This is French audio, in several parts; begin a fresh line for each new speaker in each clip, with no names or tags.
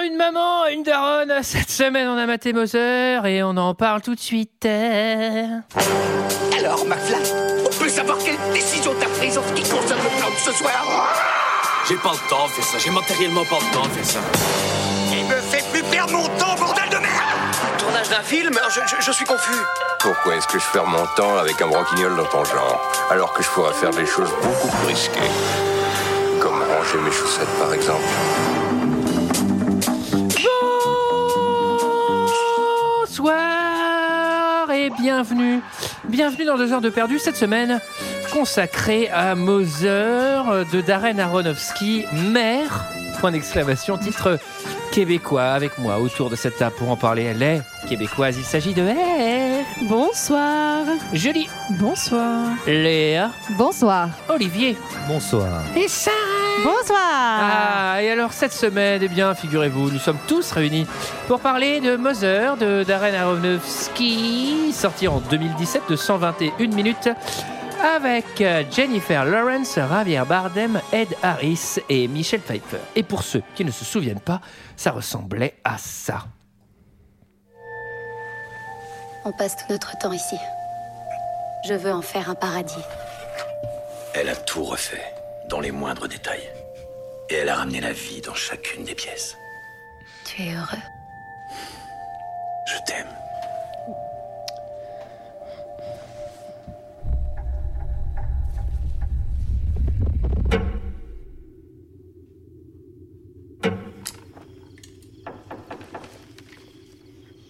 Bon, une daronne, cette semaine on a maté Mother et on en parle tout de suite.
Alors, McFly, on peut savoir quelle décision t'as prise en ce qui concerne le plan de ce soir
J'ai pas le temps de faire ça, j'ai matériellement pas le temps de faire ça.
Il me fait plus perdre mon temps, bordel de merde
Tournage d'un film je, je- je suis confus.
Pourquoi est-ce que je perds mon temps avec un broquignol dans ton genre Alors que je pourrais faire des choses beaucoup plus risquées. Comme ranger mes chaussettes par exemple.
Bonsoir et bienvenue. Bienvenue dans deux heures de perdu cette semaine consacrée à Mother de Darren Aronofsky, mère. Point d'exclamation, titre québécois avec moi autour de cette table pour en parler. Elle est québécoise, il s'agit de elle.
Bonsoir.
Julie,
Bonsoir.
Léa,
Bonsoir.
Olivier et Sarah.
Bonsoir.
Ah, et alors cette semaine, eh bien, figurez-vous, nous sommes tous réunis pour parler de Mother de Darren Aronofsky, sorti en 2017 de 121 minutes, avec euh, Jennifer Lawrence, Javier Bardem, Ed Harris et Michelle Pfeiffer. Et pour ceux qui ne se souviennent pas, ça ressemblait à ça.
On passe tout notre temps ici. Je veux en faire un paradis.
Elle a tout refait, dans les moindres détails. Et elle a ramené la vie dans chacune des pièces.
Tu es heureux.
Je t'aime.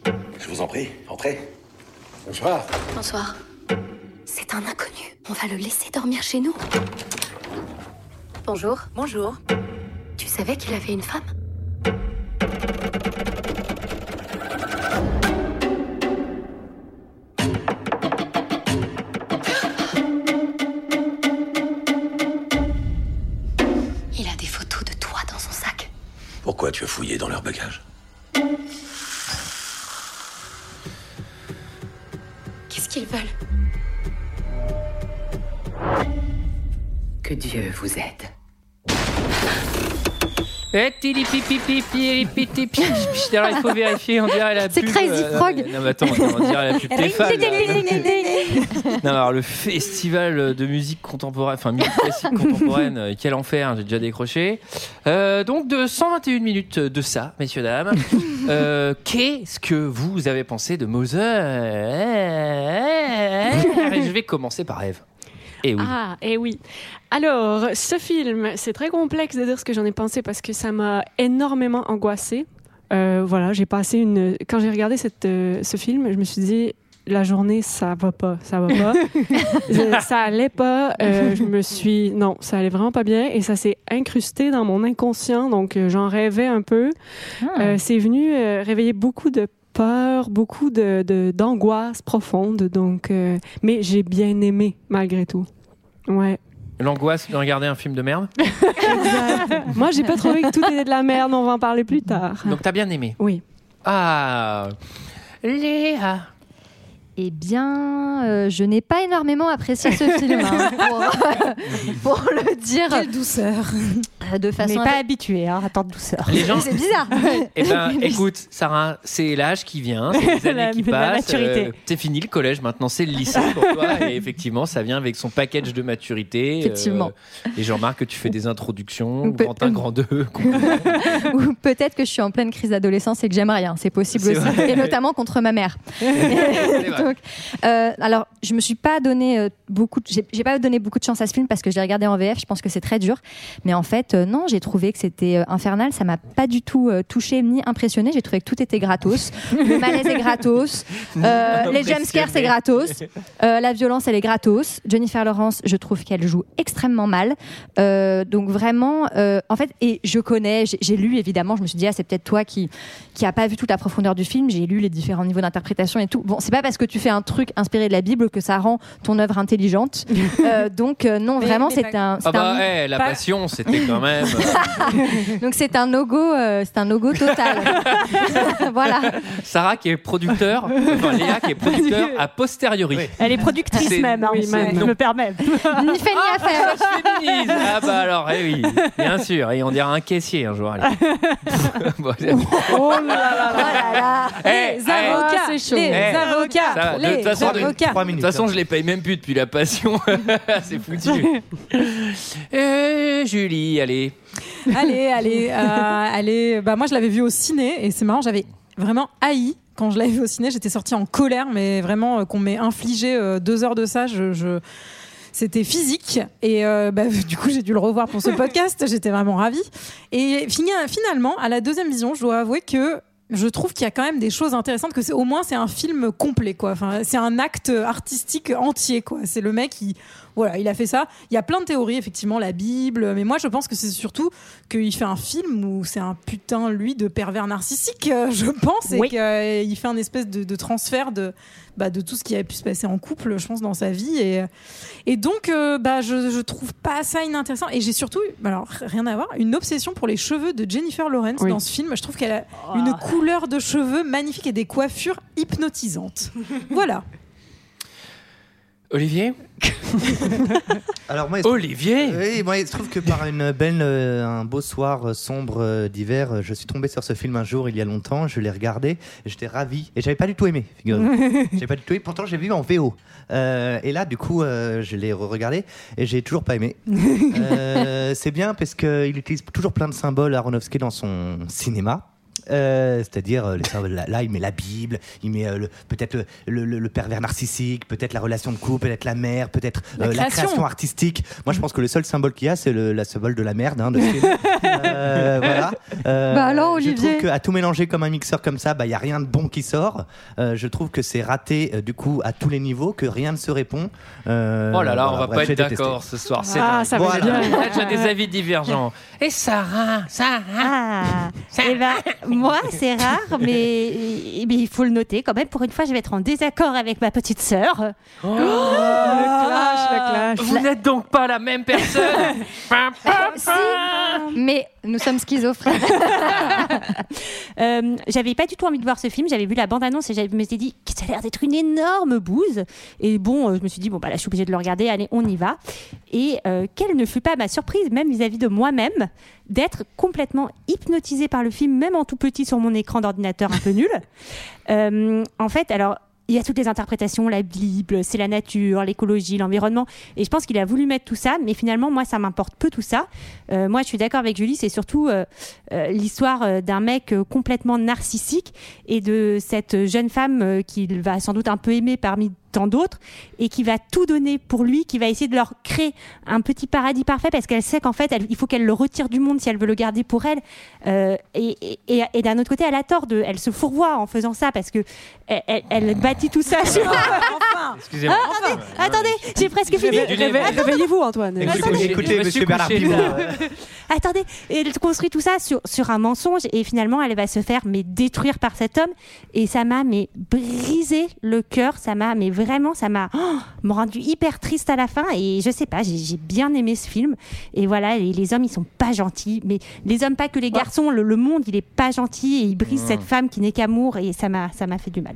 Je vous en prie, entrez. Bonsoir.
Bonsoir. C'est un inconnu. On va le laisser dormir chez nous. Bonjour. Bonjour. Tu savais qu'il avait une femme Il a des photos de toi dans son sac.
Pourquoi tu as fouillé dans leur bagage
Qu'est-ce qu'ils veulent
Que Dieu vous aide.
Et tilipipipipipipipipipi. Alors il faut vérifier, on dirait la
C'est
pub,
Crazy
euh,
Frog.
Non mais attends, on dirait la pub Tefal, là. Non, alors le festival de musique contemporaine, enfin musique classique contemporaine, euh, quel enfer, j'ai déjà décroché. Euh, donc de 121 minutes de ça, messieurs, dames. Euh, Qu'est-ce que vous avez pensé de Moser Je vais commencer par Eve. Et Eh oui.
Ah, et oui. Alors, ce film, c'est très complexe de dire ce que j'en ai pensé parce que ça m'a énormément angoissée. Euh, voilà, j'ai passé une. Quand j'ai regardé cette, euh, ce film, je me suis dit. La journée, ça va pas, ça va pas. Je- ça allait pas. euh, je me suis. Non, ça allait vraiment pas bien. Et ça s'est incrusté dans mon inconscient. Donc, euh, j'en rêvais un peu. Euh, c'est venu euh, réveiller beaucoup de peur, beaucoup de- de- d'angoisse profonde. Donc, euh, mais j'ai bien aimé malgré tout. Ouais.
L'angoisse de regarder un film de merde.
Moi, j'ai pas trouvé que tout était de la merde. On va en parler plus tard.
Donc t'as bien aimé.
Oui.
Ah. Léa.
Eh bien, euh, je n'ai pas énormément apprécié ce film. hein, pour, pour le dire
douceur.
euh, de façon.
habitué hein, à tant de douceur.
Ah, Les gens,
C'est bizarre.
Eh ben, écoute, Sarah, c'est l'âge qui vient, c'est les années
La-
qui
la
passent.
maturité.
euh, c'est fini le collège, maintenant c'est le lycée pour toi. Et effectivement, ça vient avec son package de maturité.
Effectivement.
euh, et je remarque que tu fais des introductions,
Ou peut- euh,
grand 1, grand 2.
Ou peut-être que je suis en pleine crise d'adolescence et que j'aime rien. C'est possible
C'est
aussi.
vrai.
Et notamment contre ma mère.
vrai.
Donc, euh, alors, je me suis pas donné euh, beaucoup. de- J'ai j'ai pas donné beaucoup de chance à ce film parce que je l'ai regardé en VF. Je pense que c'est très dur. Mais en fait, euh, non, j'ai trouvé que c'était euh, infernal. Ça m'a pas du tout touché ni impressionné. J'ai trouvé que tout était gratos. Le malaise est gratos. Euh, les jumpscares c'est gratos. Euh, la violence elle est gratos. Jennifer Lawrence, je trouve qu'elle joue extrêmement mal. Euh, donc vraiment, euh, en fait, et je connais, j'ai- j'ai lu évidemment, je me suis dit ah c'est peut-être toi qui qui a pas vu toute la profondeur du film. J'ai lu les différents niveaux d'interprétation et tout. Bon, c'est pas parce que tu tu fais un truc inspiré de la Bible que ça rend ton œuvre intelligente. Euh, donc euh, non,
Mais-
vraiment,
mais
c'est
pas-
un, c'est
Ah bah,
un-
eh, la
pas-
passion, c'était quand même. euh,
donc c'est un logo, c'est un logo total. voilà.
Sarah qui est producteur, enfin Léa qui est producteur a posteriori.
Elle est productrice
C'est-
même, hein,
oui,
si
même.
je me permets.
Ni fait ni à faire.
Oh
Féminise. Ah bah alors, eh oui, bien sûr. Et on dira un caissier un jour. allez. Bon, c'est-
Oh là là
Oh là là.
Eh,
Les
eh,
avocats,
c'est chaud.
les
Eh,
avocats,
Ah,
ça va, de
les
toute façon, de-
avocats.
Trois
De
minutes.
toute façon, je les paye même plus depuis la passion. C'est foutu. Et Julie, allez.
Allez, allez, euh, allez. Bah moi, je l'avais vu au ciné et c'est marrant. J'avais vraiment haï quand je l'avais vu au ciné. J'étais sortie en colère, mais vraiment euh, qu'on m'ait infligé euh, deux heures de ça, je. je- C'était physique et euh, bah, du coup j'ai dû le revoir pour ce podcast. J'étais vraiment ravie. Et fini- finalement, à la deuxième vision, je dois avouer que je trouve qu'il y a quand même des choses intéressantes. Que c'est au moins c'est un film complet quoi. Enfin, c'est un acte artistique entier quoi. C'est le mec qui voilà, il a fait ça. Il y a plein de théories effectivement, la Bible. Mais moi je pense que c'est surtout qu'il fait un film où c'est un putain, lui, de pervers narcissique, euh, je pense, et Oui. qu'il fait un espèce de, de transfert de, bah, de tout ce qui a pu se passer en couple, je pense, dans sa vie. Et, euh, et donc, euh, bah, je, je trouve pas ça inintéressant. Et j'ai surtout, alors r- rien à voir, une obsession pour les cheveux de Jennifer Lawrence
Oui.
dans ce film. Je trouve qu'elle a une couleur de cheveux magnifique et des coiffures hypnotisantes. voilà.
Olivier
Alors moi, il se trouve-
Olivier
Oui, moi, il se trouve que par une belle, euh, un beau soir euh, sombre euh, d'hiver, euh, je suis tombé sur ce film un jour il y a longtemps. Je l'ai regardé, et j'étais ravi et j'avais pas du tout aimé. figurez-vous. j'avais pas du tout aimé. Pourtant, j'ai vu en VO. Euh, et là, du coup, euh, je l'ai regardé et j'ai toujours pas aimé. Euh, c'est bien parce qu'il utilise toujours plein de symboles Aronofsky dans son cinéma. Euh, c'est-à-dire euh, les symboles, là, là, il met la Bible, il met euh, le- peut-être le, le- le- le pervers narcissique, peut-être la relation de couple, peut-être la mère, peut-être
La
euh,
création.
artistique. Moi, je pense que le seul symbole qu'il y a, c'est le, la symbole de la merde. hein, de ce film. Euh, voilà. Euh,
Bah alors,
Je trouve
Olivier.
qu'à tout mélanger comme un mixeur comme ça, bah, il y a rien de bon qui sort. Euh, je trouve que c'est raté, euh, du coup, à tous les niveaux, que rien ne se répond. Euh,
Oh là là, on
voilà,
va
bref,
pas
j'ai
être
détesté.
d'accord ce soir. C'est
Ah,
dingue.
ça va
Voilà.
bien.
Là, j'ai des avis divergents. Et Sarah, Sarah.
Ah, eh ben, moi, c'est rare, mais, eh bien, il faut le noter quand même. Pour une fois, je vais être en désaccord avec ma petite sœur.
Le clash, le clash.
Vous n'êtes donc pas la même personne. Pam, pam,
Euh, Si,
pam.
mais nous sommes schizophrènes.
Euh, j'avais pas du tout envie de voir ce film. J'avais vu la bande-annonce et j'avais- je me suis dit, ça a l'air d'être une énorme bouse. Et bon, euh, je me suis dit, bon, bah là, je suis obligée de le regarder. Allez, on y va. Et euh, quelle ne fut pas ma surprise, même vis-à-vis de moi-même, d'être complètement hypnotisée par le film, même en tout petit sur mon écran d'ordinateur un peu nul. Euh, en fait, alors. Il y a toutes les interprétations, la Bible, c'est la nature, l'écologie, l'environnement. Et je pense qu'il a voulu mettre tout ça, mais finalement, moi, ça m'importe peu tout ça. Euh, moi, je suis d'accord avec Julie, c'est surtout euh, euh, l'histoire euh, d'un mec euh, complètement narcissique et de cette jeune femme euh, qu'il va sans doute un peu aimer parmi tant d'autres et qui va tout donner pour lui, qui va essayer de leur créer un petit paradis parfait parce qu'elle sait qu'en fait elle- il faut qu'elle le retire du monde si elle veut le garder pour elle. Euh, et et- et- et d'un autre côté, elle a tort de, elle se fourvoie en faisant ça parce que elle, elle- elle bâtit tout ça. sur-
Excusez-moi. euh,
Attendez, j'ai presque fini.
Réveille- réveille-
Réveillez-vous, Antoine.
Je me suis couché-
Écoutez,
je me
monsieur
suis
Bernard
couché
Pivot.
tard.
Attendez, et elle construit tout ça sur, sur un mensonge et finalement elle va se faire mais détruire par cet homme et ça m'a mais brisé le cœur, ça m'a mais vraiment ça m'a oh, m'a rendu hyper triste à la fin et je sais pas, j'ai j'ai bien aimé ce film et voilà, et les hommes ils sont pas gentils mais les hommes pas que les garçons, le, le monde il est pas gentil et il brise cette femme qui n'est qu'amour et ça m'a ça m'a fait du mal.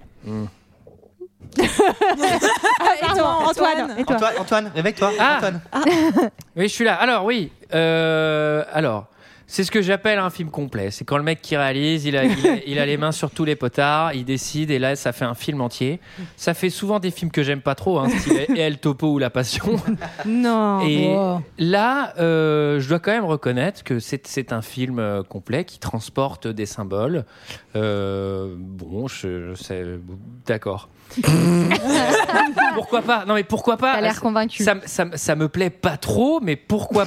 Pardon, Antoine, et toi
Antoine, Antoine, réveille-toi.
Ah.
Antoine.
Oui, je suis là. Alors, oui. euh, alors, c'est ce que j'appelle un film complet. C'est quand le mec qui réalise, il a, il, a, il a les mains sur tous les potards, il décide, et là, ça fait un film entier. Ça fait souvent des films que j'aime pas trop, hein, style Et El Topo ou La Passion.
Non.
Et là, euh, je dois quand même reconnaître que c'est c'est un film euh, complet qui transporte des symboles. Euh, bon, je, je sais, d'accord. pourquoi pas Non, mais pourquoi pas
T'as l'air convaincu.
Ah, ça, me- ça me- ça me plaît pas trop, mais pourquoi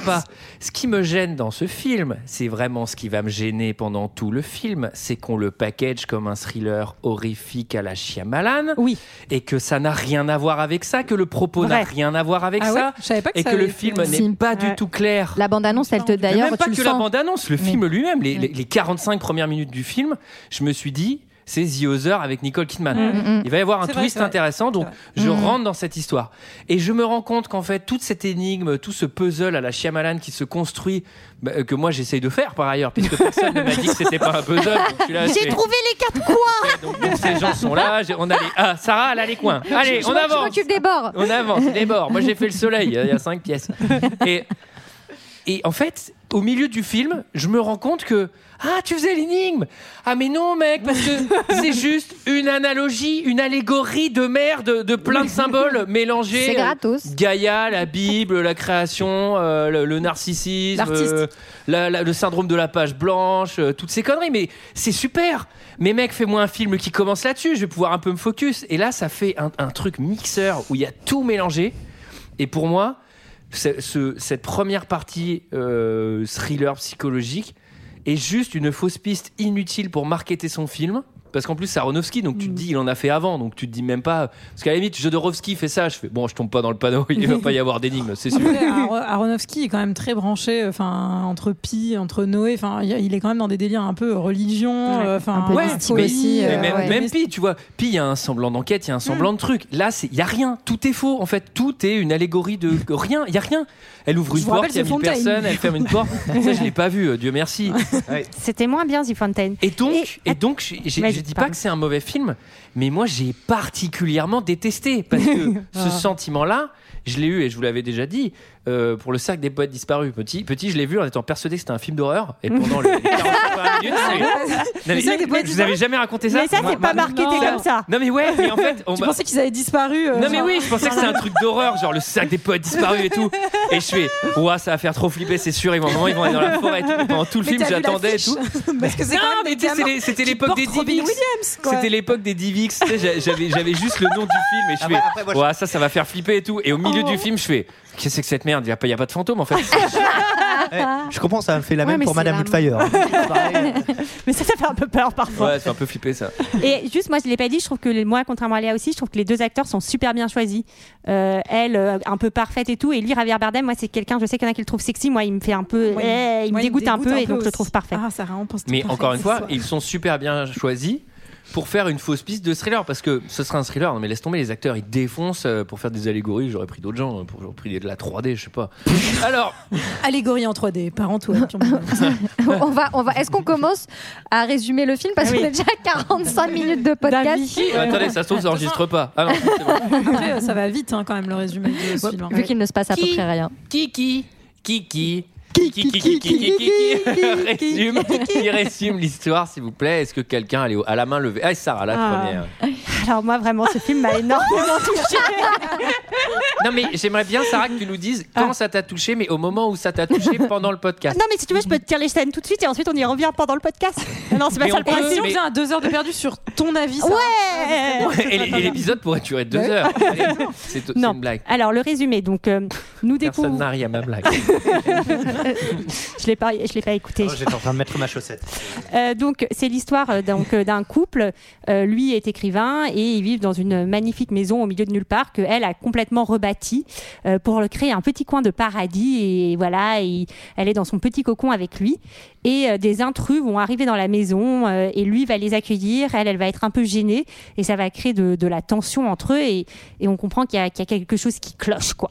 pas Ce qui me gêne dans ce film, c'est vraiment ce qui va me gêner pendant tout le film, c'est qu'on le package comme un thriller horrifique à la Shyamalan,
Oui.
et que ça n'a rien à voir avec ça, que le propos
Vrai.
n'a rien à voir avec
Ah ouais
ça,
Je savais pas que
et
ça
que le
avait
film
été-
n'est
Si.
pas
Ouais.
du tout clair.
La bande-annonce, elle te
Mais
d'ailleurs,
même pas
tu le
que la
sens.
bande-annonce, le
Mais-
film lui-même, les,
Oui.
les- les 45 premières minutes du film, je me suis dit, c'est The Other avec Nicole Kidman.
Mm, mm.
Il va y avoir un
C'est vrai,
twist
c'est vrai.
intéressant, donc
vrai.
je
Mm.
rentre dans cette histoire. Et je me rends compte qu'en fait, toute cette énigme, tout ce puzzle à la Shyamalan qui se construit, bah, euh, que moi j'essaye de faire par ailleurs, puisque personne ne m'a dit que c'était pas un puzzle. donc je suis là,
J'ai
c'est-
trouvé les cartes quoi
donc, donc, ces gens sont là, j'ai- on a les... Ah, Sarah, elle a les coins. Allez,
Je- je
on
m'oc- je
avance
m'occupe des bords.
on avance, les bords. Moi, j'ai fait le soleil, euh, il y a cinq pièces. Et, et en fait, au milieu du film, je me rends compte que Ah, tu faisais l'énigme Ah, mais non, mec, parce que c'est juste une analogie, une allégorie de merde, de plein de symboles mélangés.
C'est
Euh,
gratos.
Gaïa, la Bible, la création, euh, le, le narcissisme,
L'artiste.
euh, la- la- le syndrome de la page blanche, euh, toutes ces conneries. Mais c'est super. Mais mec, fais-moi un film qui commence là-dessus. Je vais pouvoir un peu me focus. Et là, ça fait un, un truc mixeur où il y a tout mélangé. Et pour moi, ce- ce- cette première partie euh, thriller psychologique est juste une fausse piste inutile pour marketer son film. Parce qu'en plus, c'est Aronofsky, donc tu te dis, il en a fait avant, donc tu te dis même pas. Parce qu'à la limite, Jodorowsky fait ça, je fais, bon, je tombe pas dans le panneau, il va pas y avoir d'énigme, c'est sûr.
Après,
Ah
Aro- Aronofsky est quand même très branché, enfin entre Pi, entre Noé, enfin il- il est quand même dans des délires un peu religion, euh, enfin
Ouais,
mystique
mais-
aussi,
mais
euh,
même,
ouais.
même Pi, tu vois. Pi, il y a un semblant d'enquête, il y a un semblant de truc. Là, il y a rien. Tout est faux, en fait. Tout est une allégorie de que rien. Il y a rien. Elle ouvre
Je
une
vous
porte,
rappelle
il y a
The
mille
Fontaine.
personnes, elle ferme une porte. ça, je l'ai pas vu, euh, Dieu merci.
C'était moins bien, The Fontaine.
Et donc, et donc j'ai- j'ai- je dis pas que c'est un mauvais film, mais moi, j'ai particulièrement détesté parce que ce
Ah.
sentiment-là, je l'ai eu et je vous l'avais déjà dit euh, pour le cercle des poètes disparus. Petit, petit, je l'ai vu en étant persuadé que c'était un film d'horreur et pendant le Non, mais
Ah, Le cercle des poètes
je vous avais
disparus
jamais raconté ça.
Mais ça, c'est pas marketé comme ça.
Non, mais ouais, mais en fait. on
Tu
m'a-
pensais qu'ils avaient disparu euh,
non mais
genre-
oui, je pensais que c'était un truc d'horreur, genre le sac des potes disparu et tout. Et je fais, ouah, ça va faire trop flipper, c'est sûr. Ils vont, non, ils vont aller dans la forêt. Et tout. Et pendant tout le
Mais
film,
t'as vu
j'attendais et
l'affiche
tout.
Parce que c'est
Non,
quand même
mais
des
tu sais, c'est
gamins
les- c'était
qui
l'époque des
portent Robin
Divix.
Williams, quoi.
C'était l'époque des Divix. tu sais, j'a- J'avais, j'avais juste le nom du film et je fais, ouah, ça, ça va faire flipper et tout. Et au milieu
Oh.
du film, je fais, qu'est-ce que c'est que cette merde Il y a pas, il y a pas de fantôme en fait.
Je comprends, ça me fait la
Ouais,
même
mais
pour
c'est
Madame
la-
Woodfire.
Mais ça, ça fait un peu peur parfois.
Ouais, ça fait un peu flipper ça.
Et juste, moi, je l'ai pas dit, je trouve que les- moi, contrairement à Léa aussi, je trouve que les deux acteurs sont super bien choisis. Euh, elle, euh, un peu parfaite et tout, et lui, Javier Bardem, moi, c'est quelqu'un, je sais qu'il y en a qui le trouvent sexy, moi, il me fait un peu,
Moi,
eh, il me
moi,
dégoûte un peu, et donc je le
aussi.
trouve parfait.
Ah, Sarah, on pense tout
Mais
parfait
encore une
ce
fois,
soir.
ils sont super bien choisis pour faire une fausse piste de thriller parce que ce serait un thriller non mais laisse tomber les acteurs ils défoncent euh, pour faire des allégories j'aurais pris d'autres gens euh, pour j'aurais pris de la 3D je sais pas alors
allégorie en 3D par Antoine.
on va, on va. Est-ce qu'on commence à résumer le film parce qu'on est déjà à 45 minutes de podcast
Ah, attendez ça se trouve ça enregistre pas ah non c'est bon.
Après, euh, ça va vite hein, quand même le résumé de ce film. hein.
Vu qu'il ne se passe à peu près rien.
Kiki Kiki Kiki Kiki Kiki Kiki résume qui résume l'histoire s'il vous plaît est-ce que quelqu'un allez au- à la main levée ah Sarah la
Ah.
première
Alors, moi, vraiment, ce film m'a énormément touché.
non mais j'aimerais bien Sarah que tu nous dises quand ça t'a touché mais au moment où ça t'a touché pendant le podcast
Ah. Non, mais si tu veux, je peux te tirer les scènes tout de suite, et ensuite, on y revient pendant le podcast. Non, c'est pas
Mais
ça
on
le
peut,
principe.
mais-
à deux heures de perdu sur ton avis. Sarah.
Ouais!
et l'é- et l'épisode pourrait durer deux
Ouais.
heures Allez, c'est c'est une blague
Alors, le résumé, donc, euh,
Personne
nous découvrons.
n'a ri à ma blague.
Euh, Je l'ai pas, je l'ai pas écouté.
Oh, J'étais en train de mettre ma chaussette.
Euh, donc c'est l'histoire euh, donc euh, d'un couple. Euh, lui est écrivain et ils vivent dans une magnifique maison au milieu de nulle part que elle a complètement rebâtie euh, pour le créer un petit coin de paradis et voilà et elle est dans son petit cocon avec lui et euh, des intrus vont arriver dans la maison euh, et lui va les accueillir. Elle elle va être un peu gênée et ça va créer de, de la tension entre eux et, et on comprend qu'il y, a- qu'il y a quelque chose qui cloche quoi.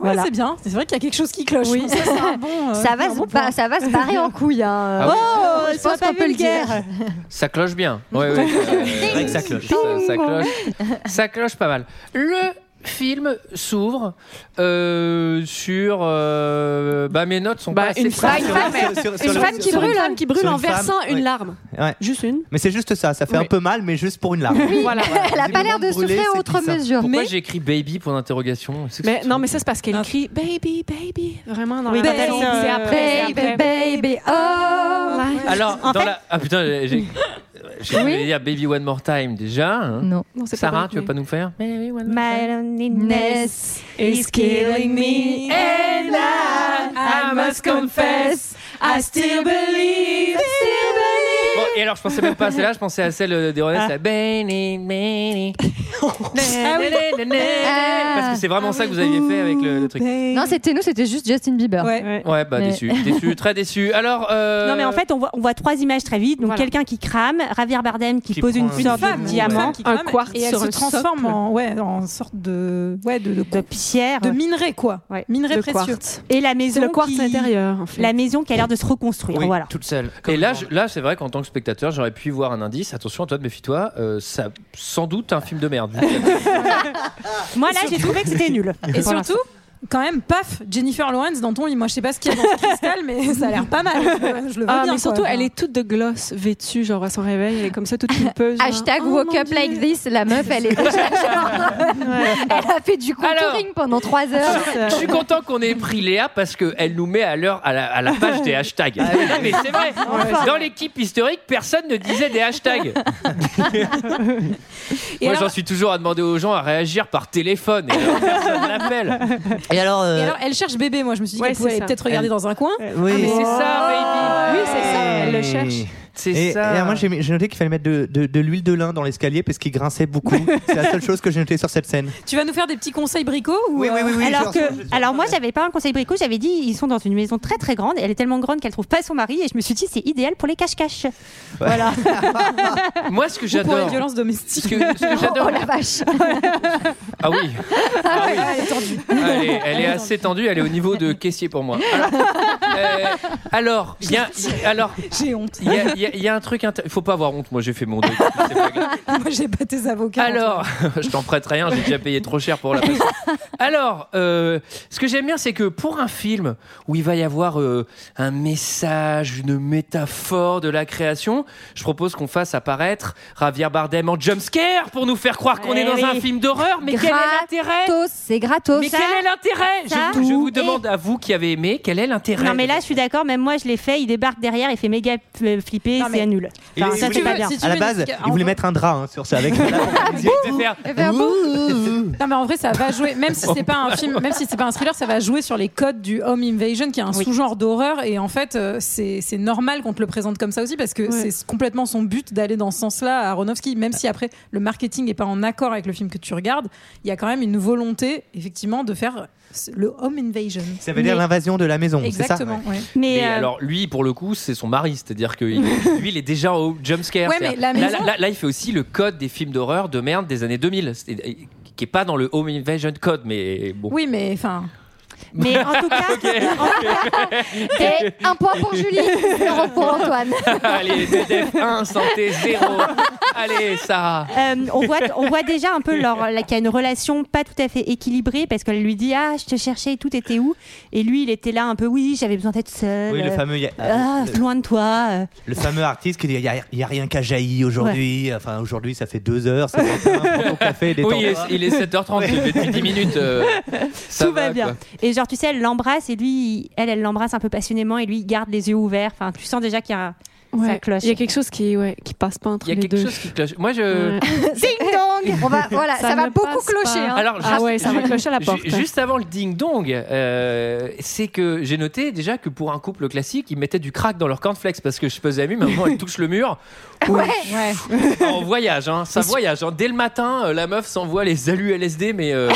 Ouais,
Voilà.
c'est bien. C'est vrai qu'il y a quelque chose qui cloche.
Oui.
Ça, c'est un bon,
Oh,
euh,
Ça va
un
se
bon
ba-
point.
ça va se barrer en couille, hein.
Ah oui.
Oh,
Je
sois
pense
pas
qu'on peut le dire.
vulgaire.
Ça cloche bien. Ouais, ouais, euh, c'est vrai que ça cloche. Ça, ça cloche. Ça cloche pas mal. Le film s'ouvre euh, sur. euh, bah, mes notes sont pas assez
une femme,
claires.
femme, Sur- sur-
une
sur-
femme qui
sur-
brûle,
sur-
hein, qui brûle
sur
en
une femme,
versant une
ouais.
larme.
Ouais.
Juste une.
Mais c'est juste ça, ça fait un peu mal, mais juste pour une larme.
Voilà.
Elle a pas l'air de
Brûlé,
souffrir
c'est
outre
bizarre.
mesure.
Pourquoi
Mais
j'ai écrit baby pour l'interrogation C'est que
Mais non, mais ça c'est parce qu'elle crie baby, baby, vraiment dans
Oui, bah,
la
quand elle
chanson.
se-
C'est après, c'est
baby,
après.
baby, oh.
c'est- Alors, dans la. Ah putain, j'ai- j'ai. J'ai
Oui.
voulu dire Baby One More Time déjà. hein.
Non.
Non, c'est pas
Sarah,
vrai,
tu veux
mais-
pas nous le faire
My loneliness is killing me.
And I,
I must confess,
I still believe, still believe.
Bon, et alors, je pensais même pas à celle-là, je pensais à celle euh, des Ronettes,
Ah.
c'est la Benny, Benny.
Ah
Parce que c'est
Ah
vraiment ça que vous aviez fait avec le, le truc.
Non, c'était nous, c'était juste Justin Bieber.
Ouais, bah
Mais-
déçu, déçu, très déçu. Alors. euh,
Non mais en fait on voit, on voit trois images très vite donc
Voilà.
quelqu'un qui crame, Javier Bardem qui,
Qui
pose une
prend un-
sorte
Une femme,
de
une
diamant,
femme qui crame
Un quartz
et elle
sur
se
un
transforme
socle.
en
ouais en sorte de ouais de, de,
pierre
de minerai quoi minerai
De
précieux
quartz. Et la maison
le quartz
qui-
intérieur, en fait.
La maison qui a l'air de se reconstruire.
Oui,
Voilà.
toute seule. Et là, je- là c'est vrai qu'en tant que spectateur, j'aurais pu voir un indice. Attention, Antoine, méfie-toi. euh, ça, sans doute un film de merde.
Moi là j'ai trouvé que c'était nul.
et
Pour l'instant.
surtout quand même paf Jennifer Lawrence dans ton lit moi je sais pas ce qu'il y a dans ce cristal mais ça a l'air pas mal je, je le vois
Ah,
bien
mais
quoi.
surtout, elle est toute de gloss, vêtue, genre à son réveil, elle est comme ça, toute pulpeuse. genre,
Hashtag
Oh,
woke
mon
up like this, la meuf elle est déjà genre, Elle a fait du contouring pendant 3 heures.
Je suis content qu'on ait pris Léa parce qu'elle nous met à l'heure à la, à la page des hashtags. Non, mais c'est vrai. Dans l'équipe historique, personne ne disait des hashtags.
Et
Moi,
alors-
j'en suis toujours à demander aux gens à réagir par téléphone. Et alors, personne n'appelle.
Et alors,
Et alors, elle cherche bébé moi je me suis dit
Ouais,
qu'elle pouvait
c'est ça.
aller peut-être regarder
Elle-
dans un coin
Oui.
Ah, Mais c'est ça, baby.
Oui, c'est ça, elle le cherche.
C'est
Et-
ça.
Et alors moi, j'ai mis- j'ai noté qu'il fallait mettre de, de- de l'huile de lin dans l'escalier parce qu'il grinçait beaucoup. c'est la seule chose que j'ai notée sur cette scène.
tu vas nous faire des petits conseils bricots ou
Oui, oui, oui, oui,
alors,
je-
que, alors moi j'avais pas un conseil brico, j'avais dit ils sont dans une maison très très grande, et elle est tellement grande qu'elle trouve pas son mari et je me suis dit c'est idéal pour les cache-cache.
Oh
Voilà.
Moi, ce que
ou pour les
j'adore.
violences domestiques
Ce que, ce que j'adore.
Oh la vache
Ah oui.
Ah ouais, elle est tendue.
Elle est, elle est assez tendue, elle est au niveau de caissier pour moi. Alors, euh, alors, il y a- alors,
j'ai honte
il y, a- il y a- il y a un truc. intér- Il faut pas avoir honte. Moi, j'ai fait mon deuil. C'est pas grave.
moi j'ai pas tes avocats
Alors, je t'en prête rien. J'ai déjà payé trop cher pour la passion. Alors, euh, ce que j'aime bien, c'est que pour un film où il va y avoir euh, un message, une métaphore de la création, je propose qu'on fasse apparaître Javier Bardem en jumpscare pour nous faire croire qu'on
Eh
est dans
oui.
un film d'horreur. Mais quel est l'intérêt
Gratos, c'est gratos.
mais quel est l'intérêt
ça,
je, je vous
et-
demande à vous qui avez aimé, quel est l'intérêt
Non mais là je suis d'accord, même moi je l'ai fait, il débarque derrière, il fait méga euh, flipper,
Non, mais-
c'est nul. Enfin,
Et
ça
si
c'est
tu
pas
veux-
bien.
si tu
À la
veux,
base,
Jessica,
il voulait
en-
mettre un drap hein, sur ça avec. de faire-
Eh ben, bon.
Non mais en vrai ça va jouer même si c'est pas un film même si c'est pas un thriller ça va jouer sur les codes du home invasion qui est un
Oui.
sous-genre d'horreur et en fait euh, c'est c'est normal qu'on te le présente comme ça aussi parce que c'est complètement son but d'aller dans ce sens-là à Aronofsky même si après le marketing est pas en accord avec le film que tu regardes il y a quand même une volonté effectivement de faire ce- le home invasion
Ça veut dire
Mais-
l'invasion de la maison, c'est ça
exactement ouais.
Mais,
Mais
euh,
alors lui, pour le coup, c'est son mari, c'est-à-dire que il- lui, il est déjà au jumpscare.
Ouais,
c'est-à-dire-
mais la
là,
maison-
là- là- là, il fait aussi le code des films d'horreur de merde des années 2000, c'est- euh, qui est pas dans le Home Invasion Code, mais bon.
oui mais enfin
mais en tout cas,
Et un point pour Julie, zéro pour Antoine.
Allez, DDF 1, santé 0. Allez, Sarah.
Euh, on, voit, on voit déjà un peu leur, là, qu'il y a une relation pas tout à fait équilibrée parce qu'elle lui dit Ah, je te cherchais et tout était où Et lui, il était là un peu Oui, j'avais besoin d'être seul.
Oui, le fameux, y a-
Ah,
le-
loin de toi. euh.
le fameux artiste qui dit il n'y a, il y a rien qu'à jaillir aujourd'hui. Enfin, aujourd'hui, ça fait deux heures. Ça fait un, prends ton café, détends-toi.
Oui, il est, il est 7h30, il fait depuis 10 minutes. euh, ça
Tout va, bien.
quoi.
Et genre, tu sais, elle l'embrasse et lui, il- elle, elle l'embrasse un peu passionnément et lui, il garde les yeux ouverts. Enfin, tu sens déjà qu'il y a un.
Ouais.
Ça cloche.
Il y a quelque chose qui, ouais, qui passe pas entre
Il y a
les
quelque
deux.
chose qui cloche. Moi, je.
Ouais.
Ding dong
On va, voilà, ça,
Ça
va
ne
beaucoup
passe
clocher.
pas.
hein.
Alors,
Ah
juste-
ouais, ça va clocher à la
ju-
porte.
Juste avant le ding-dong, euh, c'est que j'ai noté déjà que pour un couple classique, ils mettaient du crack dans leur cornflakes parce que je faisais la mime, à un moment, elle touche le mur.
Ouais.
En voyage, hein, ça voyage. hein. Dès le matin, euh, la meuf s'envoie les alus LSD, mais. euh,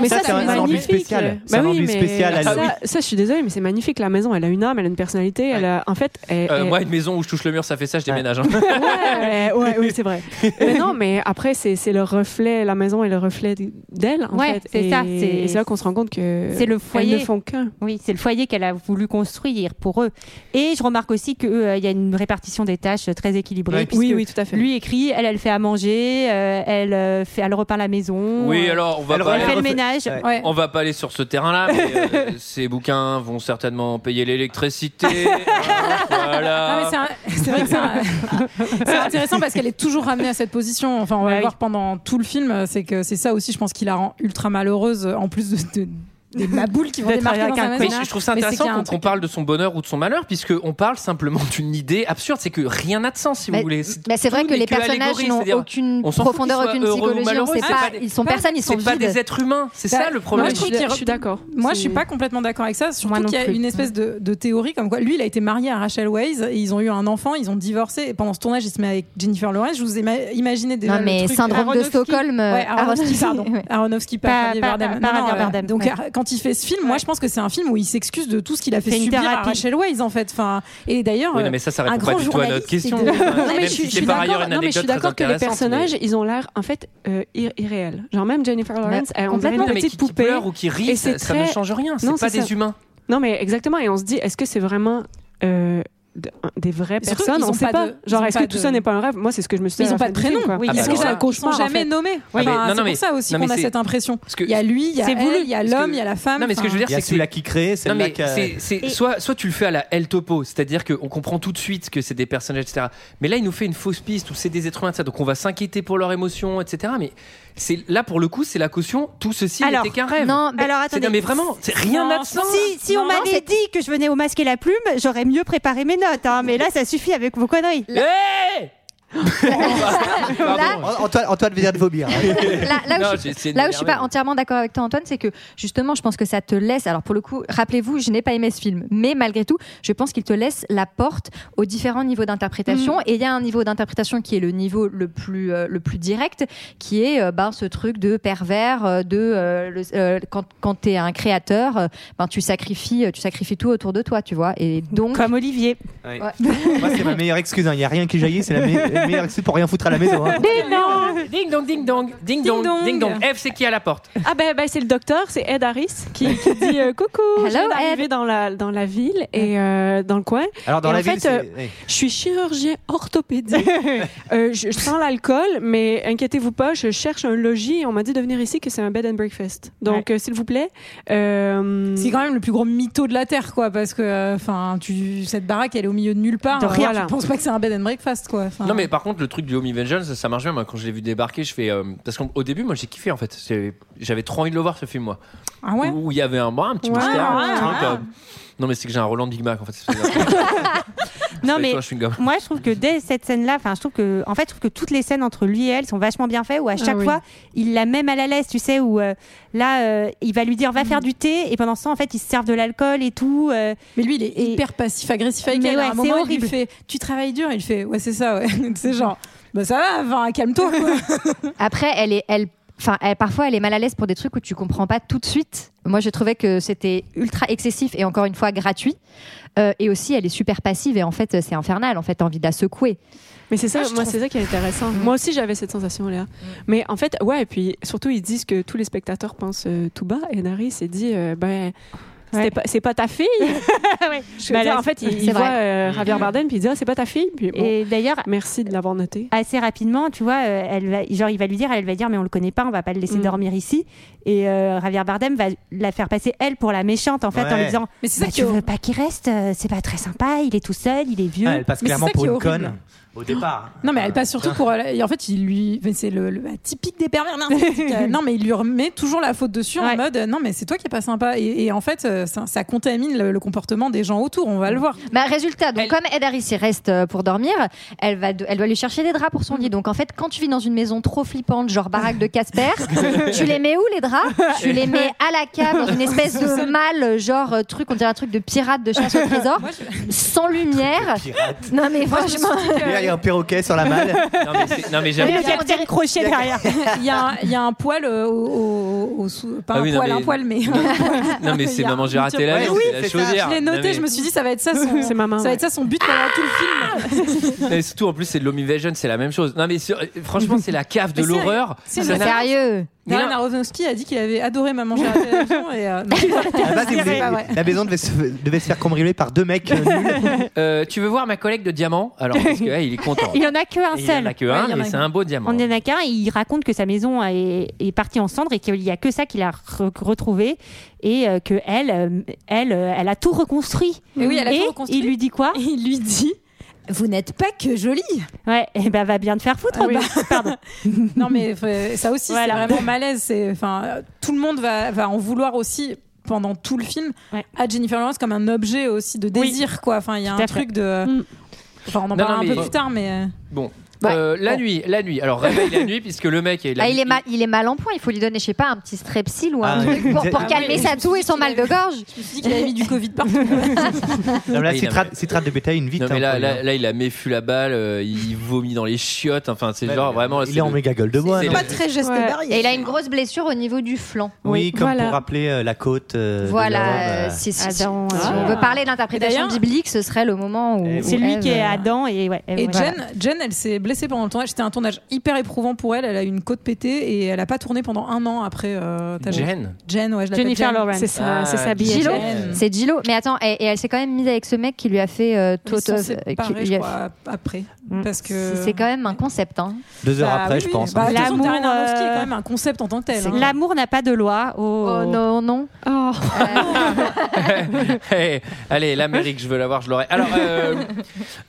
Mais
Ça,
ça, c'est
c'est un- un
magnifique.
rendu spécial. C'est
Bah
un
oui,
rendu
mais
spécial à
ça,
la-
ça, je suis désolée, mais c'est magnifique. La maison, elle a une âme, elle a une personnalité. Elle a, en fait, elle-
euh,
elle-
moi, une maison où je touche le mur, ça fait ça, je déménage. hein.
ouais, ouais, oui, c'est vrai. mais non, mais après, c'est c'est le reflet, la maison est le reflet d'elle, en
Ouais,
fait.
c'est
Et-
ça, c'est-
Et c'est là qu'on se rend compte que
C'est le foyer.
Elles ne font qu'un.
Oui, c'est le foyer qu'elle a voulu construire pour eux. Et je remarque aussi qu'il y a une répartition des tâches euh, très équilibrée.
Ouais.
puisque
Oui, oui, tout à fait.
Lui écrit, elle, elle fait à manger, euh, elle, euh, fait, elle repeint la maison.
oui,
euh,
alors, on va
Elle
pas
Elle
refait
fait
aller...
le ménage.
Ouais.
Ouais.
On va pas aller sur ce terrain-là, mais euh, ces bouquins vont certainement payer l'électricité. hein,
Non,
Ah,
voilà.
mais c'est un- c'est vrai que c'est un- c'est intéressant parce qu'elle est toujours ramenée à cette position.
Bah
Enfin, on va
Ah
le
oui.
voir pendant tout le film. C'est que c'est ça aussi, je pense, qui la rend ultra malheureuse, euh, en plus de, de- des maboules qui vont démarrer dans un
Mais
magasin.
je trouve ça
Mais c'est
intéressant
qu'il y a un
qu'on- qu'on
truc.
parle de son bonheur ou de son malheur, puisque on parle simplement d'une idée absurde, c'est que rien n'a de sens, si
Mais-
vous voulez.
mais c'est vrai
tout
que
n'est
les personnages
allégorie,
n'ont
c'est-à-dire,
aucune
on s'en fout qu'ils
profondeur,
soient
aucune
heureux ou
psychologie, on
malheureux,
sait
c'est
pas-
des-
ils sont personnes, ils sont
C'est pas
vides.
des êtres humains, c'est
Bah,
ça le problème.
moi, je trouve qu'il- Moi, je suis pas complètement d'accord avec ça. Surtout
non
qu'il y a
plus.
une espèce de, de théorie comme quoi lui, il a été marié à Rachel Weisz et ils ont eu un enfant, ils ont divorcé. Et pendant ce tournage, il se met avec Jennifer Lawrence. Je vous ai ma- imaginé déjà.
Non,
le
mais
truc.
syndrome de
Aronofsky.
Stockholm, euh,
Ouais,
Ah,
Aronofsky,
Aronofsky,
pardon.
ouais.
Aronofsky, pas,
Pas-
Javier
pas-
Bardem.
pas
Non,
Javier
euh,
Bardem,
Donc,
ouais.
Ar- quand il fait ce film, moi, je pense que c'est un film où il s'excuse de tout ce qu'il a fait
Fait une
subir à
thérapie.
Rachel Weisz, en fait. Enfin, et d'ailleurs.
Oui, non, mais ça, ça
un
répond pas
grand
du tout à notre
journaliste,
question.
il-
Non, mais
Non,
Même
mais je
si
suis- je
c'est
suis
par ailleurs
d'accord
une
non, mais je suis
anecdote très
d'accord que les
intéressante,
personnages, ils ont l'air en fait euh, ir- irréels. Genre même
Bah,
Jennifer Lawrence, elle, on dirait une
Non, mais
petite
qui- qui
poupée.
pleure ou qui rit,
Et
ça-
c'est
ça ne
très-
change rien, c'est pas
c'est
des
ça.
humains.
Non, mais exactement. Et on se dit, est-ce que c'est vraiment euh, d- des vraies
Mais surtout,
personnes
ils
On
ont
sait
pas
pas.
de- ils
Genre,
ont
est-ce
pas
que tout
de-
ça n'est pas un rêve Moi, c'est ce que je me
Mais
suis dit.
ils
à
n'ont
la
pas de
fin du film,
prénom.
quoi.
Ils
Ah, bah,
sont-
alors là,
ils sont
cauchemar, en
jamais
fait.
nommés.
Ah, mais-
Enfin,
non, non,
c'est
mais-
pour ça aussi
non, mais
qu'on a
c'est-
cette impression.
parce que-
Il y a lui, il y a
c'est voulu.
elle, il y a
Parce que-
l'homme, il y a la femme. hein.
Non, mais ce que je veux
enfin,
dire,
Il y a
c'est que-
celui-là qui crée,
Non,
celle-là
mais
qui a-
c'est- c'est-
Et-
soit, soit tu le fais à la El Topo, c'est-à-dire qu'on comprend tout de suite que c'est des personnages, etc. Mais là, il nous fait une fausse piste où c'est des êtres humains, etc. Donc on va s'inquiéter pour leurs émotions, etc. Mais c'est là, pour le coup, c'est la caution tout ceci
Alors,
n'était qu'un rêve.
Non, mais-
Alors
C'est-
attendez.
non, mais vraiment, c'est- rien
Ah, Non,
n'a de sens.
Si, si on
Non, non,
m'avait
c'est-
dit que je venais au masque et la plume, j'aurais mieux préparé mes notes. hein, mais là, ça suffit avec vos conneries.
Hey Eh Pardon.
Antoine, Antoine vient de vomir. hein.
là, là
Non,
où,
j'ai
je,
essayé de
là où je suis
m'énerver.
pas entièrement d'accord avec toi, Antoine, c'est que justement, je pense que ça te laisse. Alors pour le coup, rappelez-vous, je n'ai pas aimé ce film, mais malgré tout, je pense qu'il te laisse la porte aux différents niveaux d'interprétation. Et il y a un niveau d'interprétation qui est le niveau le plus euh, le plus direct, qui est euh, ben, ce truc de pervers, euh, de euh, le- euh, quand quand t'es un créateur, euh, ben tu sacrifies euh, tu sacrifies tout autour de toi, tu vois. Et donc
bah.
Comme Olivier.
Moi, c'est ma meilleure excuse. hein. Il n'y a rien qui jaillit. C'est la me- la meilleure excuse pour rien foutre à la maison. hein.
Ding dong, ding dong, ding dong, ding dong,
dong.
ding dong. F, c'est qui à la porte
Ah ben, ben, c'est le docteur, c'est Ed Harris qui, qui dit euh, coucou, je
Hello,
viens d'arriver dans la, dans la ville et euh, dans le coin.
Alors, dans
Et
la
en
ville,
fait,
c'est-
euh,
ouais.
Je suis chirurgien orthopédique. Euh, je, je prends l'alcool, mais inquiétez-vous pas, je cherche un logis et on m'a dit de venir ici que c'est un bed and breakfast. Donc, euh, s'il vous plaît. euh,
C'est quand même le plus gros mytho de la Terre, quoi, parce que enfin, tu cette baraque, elle est au milieu de nulle part.
De
Euh,
rien.
Tu penses pas que c'est un bed and breakfast, quoi. Enfin,
Non, mais par contre, le truc du Home Evangel, ça, ça marche bien. Moi, quand je l'ai vu débarquer, je fais. euh, parce qu'au début, moi, j'ai kiffé en fait. J'ai- J'avais trop envie de le voir ce film, moi.
ah ouais.
où il y avait un, bras, un petit
Ouais,
mystère. un
ouais,
petit truc,
ouais.
euh, Non, mais c'est que j'ai un Roland Big Mac en fait. c'est-
Non,
c'est
mais
toi, chewing-gum.
Moi, je trouve que dès cette scène-là, enfin, je trouve que, en fait, je trouve que toutes les scènes entre lui et elle sont vachement bien faites,
Ah
où à chaque
oui.
fois, il la met mal à l'aise, tu sais, où euh, là, euh, il va lui dire
Mm.
va faire du thé, et pendant ce temps, en fait, ils se servent de l'alcool et tout. euh,
Mais lui, il est
Et-
hyper passif, agressif avec
Mais
elle. À
ouais,
un
c'est
moment, il
horrible.
lui fait Tu travailles dur Il fait Ouais, c'est ça, ouais. c'est genre. Bah ça va, enfin, calme-toi. quoi.
Après, elle est, elle, enfin, elle- parfois elle est mal à l'aise pour des trucs où tu comprends pas tout de suite. Moi, je trouvais que c'était ultra excessif et encore une fois gratuit. Euh, et aussi, elle est super passive et en fait, c'est infernal. En fait, t'as envie de la secouer.
Mais c'est ça,
Ah, je
moi,
trouve- Mm.
c'est ça qui est intéressant. Moi aussi, j'avais cette sensation-là. Mais en fait, ouais, et puis surtout, ils disent que tous les spectateurs pensent euh, tout bas. Et Harris s'est dit, euh, ben. c'était
Ouais.
pas- C'est pas, ta fille. Je veux
Malaise.
dire, Ben, en fait, il, il
C'est
voit
vrai.
euh, Javier
Mm.
Bardem puis il dit ah, c'est pas ta fille. Puis, bon,
Et d'ailleurs,
merci de l'avoir noté.
assez rapidement, tu vois, euh, elle va, genre, il va lui dire, elle va dire, mais on le connaît pas, on va pas le laisser
Mm.
dormir ici. Et euh, Javier Bardem va la faire passer elle pour la méchante, en fait, en
Ouais.
lui disant,
Mais c'est ça
Bah, tu
qui est
veux pas qu'il reste, euh, c'est pas très sympa, il est tout seul, il est vieux.
Ah, elle passe
Mais c'est
clairement
ça
pour
qui est
une
horrible.
conne au départ. hein.
Non, mais elle passe surtout pour. euh, Et en fait, il lui. mais C'est le, le- la typique des pervers narcissiques. Euh, non, mais il lui remet toujours la faute dessus en
Ouais.
mode Non, mais c'est toi qui es pas sympa. Et, et en fait, euh, ça, ça contamine le, le comportement des gens autour. On va le voir.
Bah, résultat, donc comme Ed Harris il reste euh, pour dormir, elle va, de- elle doit lui chercher des draps pour
Mm.
son lit. Donc en fait, quand tu vis dans une maison trop flippante, genre baraque de Casper, tu les mets où les draps Tu les mets à la cave dans une espèce de malle, genre euh, truc, on dirait un truc de pirate de chasse au trésor, sans lumière. Non mais franchement.
Là, il y a un perroquet sur la malle.
Non, mais, c'est- non, mais
Et
j'avoue.
le
on dirait-
capitaine crochet derrière.
Il y, a un- il y a un poil euh, au. au- au sous- pas
Ah
un
oui, non,
poil,
mais-
un poil, mais.
Non, mais
Il
c'est
y a
maman,
un
j'ai raté
petit-
la
Ouais,
vie,
oui,
c'est la
c'est ça,
chaudière.
Je l'ai noté,
Non, mais-
je me suis dit, ça va être ça son,
C'est maman,
ça va
ouais.
être ça son but pendant tout le film.
mais surtout, en plus, c'est de l'Omivision, c'est la même chose. Non, mais sur- euh, franchement, c'est la cave de
Mais c'est-
l'horreur.
c'est
Ça
une
n'a-
Sérieux
Mais
Darren
non.
Aronofsky a dit qu'il avait adoré Maman j'ai raté l'avion et euh, non,
À la base, il
C'est
voulait-
pas vrai.
la maison devait se, devait se faire cambrioler par deux mecs euh, nuls.
Euh, tu veux voir ma collègue de diamant Alors, parce que, ouais, il est content.
Il y en a que un
Il
seul.
en a que un,
Ouais, il y en
mais
a
c'est
un.
un beau diamant.
On en a qu'un, et il raconte que sa maison est, est partie en cendres et qu'il n'y a que ça qu'il a re- retrouvé et euh, que elle, euh, elle, euh, elle a tout reconstruit.
Mais oui, elle a
et
tout reconstruit.
il lui dit quoi
Et il lui dit Vous n'êtes pas que jolie
Ouais, et ben va bien te faire foutre.
Ah oui.
bah. Pardon.
Non, mais euh, ça aussi,
Voilà.
c'est vraiment malaise. C'est, enfin, euh, tout le monde va, va en vouloir aussi. pendant tout le film à Jennifer Lawrence comme un objet aussi de désir, quoi. Enfin, il y a
Tout
un
à fait.
truc de. Enfin, on en
Non,
parlera
non,
un peu
mais-
plus tard, mais. euh,
Bon. Euh, la nuit, la nuit. Alors réveille la nuit puisque le mec est là.
Ah, il, est mal, il est mal en point, il faut lui donner, je sais pas, un petit strepsil ou un
Ah,
truc
oui.
pour, pour
Ah,
calmer
oui.
sa toux et son mal de gorge. Je me suis
dit qu'il avait mis du Covid partout.
Non, mais
Ah,
là,
il
citrate, citrate de bétaïne, vite.
Non mais
hein,
là,
pour
là,
lui, hein.
là, il a méfu la balle, euh, il vomit dans les chiottes. Enfin, c'est
Ouais,
genre
mais
vraiment.
il est en méga gueule de bois. non
geste Et il a une grosse blessure au niveau du flanc.
Oui, comme pour rappeler euh, la côte. euh, de l'Europe,
Voilà,
bah,
euh,
euh, si, si- si- si on veut parler d'interprétation
Et d'ailleurs-
biblique, ce serait le moment où. où Ève, euh,
et ouais.
Ève,
Et
voilà.
Jen, Jen, elle s'est blessée pendant le tournage. C'était un tournage hyper éprouvant pour elle. Elle a eu une côte pétée et elle a pas tourné pendant un an après. euh, t'as-
Jen
Jen, ouais, je l'appelle
Jennifer
Jen.
Lawrence.
C'est ça,
Ah,
c'est sa
Jen.
bille.
Gillo.
C'est Gillo. Mais attends, et, et elle s'est quand même mise avec ce mec qui lui a fait euh,
Ils sont
tout- euh,
séparés,
qui
je
lui a
crois, après. Parce que.
fait- C'est quand même un concept. Hein.
Deux heures
Eh,
après, je pense. hein.
L'amour,
L'amour,
qui est
euh,
quand même un concept en tant que tel.
C'est-
hein.
L'amour n'a pas de loi. Oh.
Oh, non, non.
Hey, allez, l'Amérique, je veux la voir, je l'aurai. Alors, euh,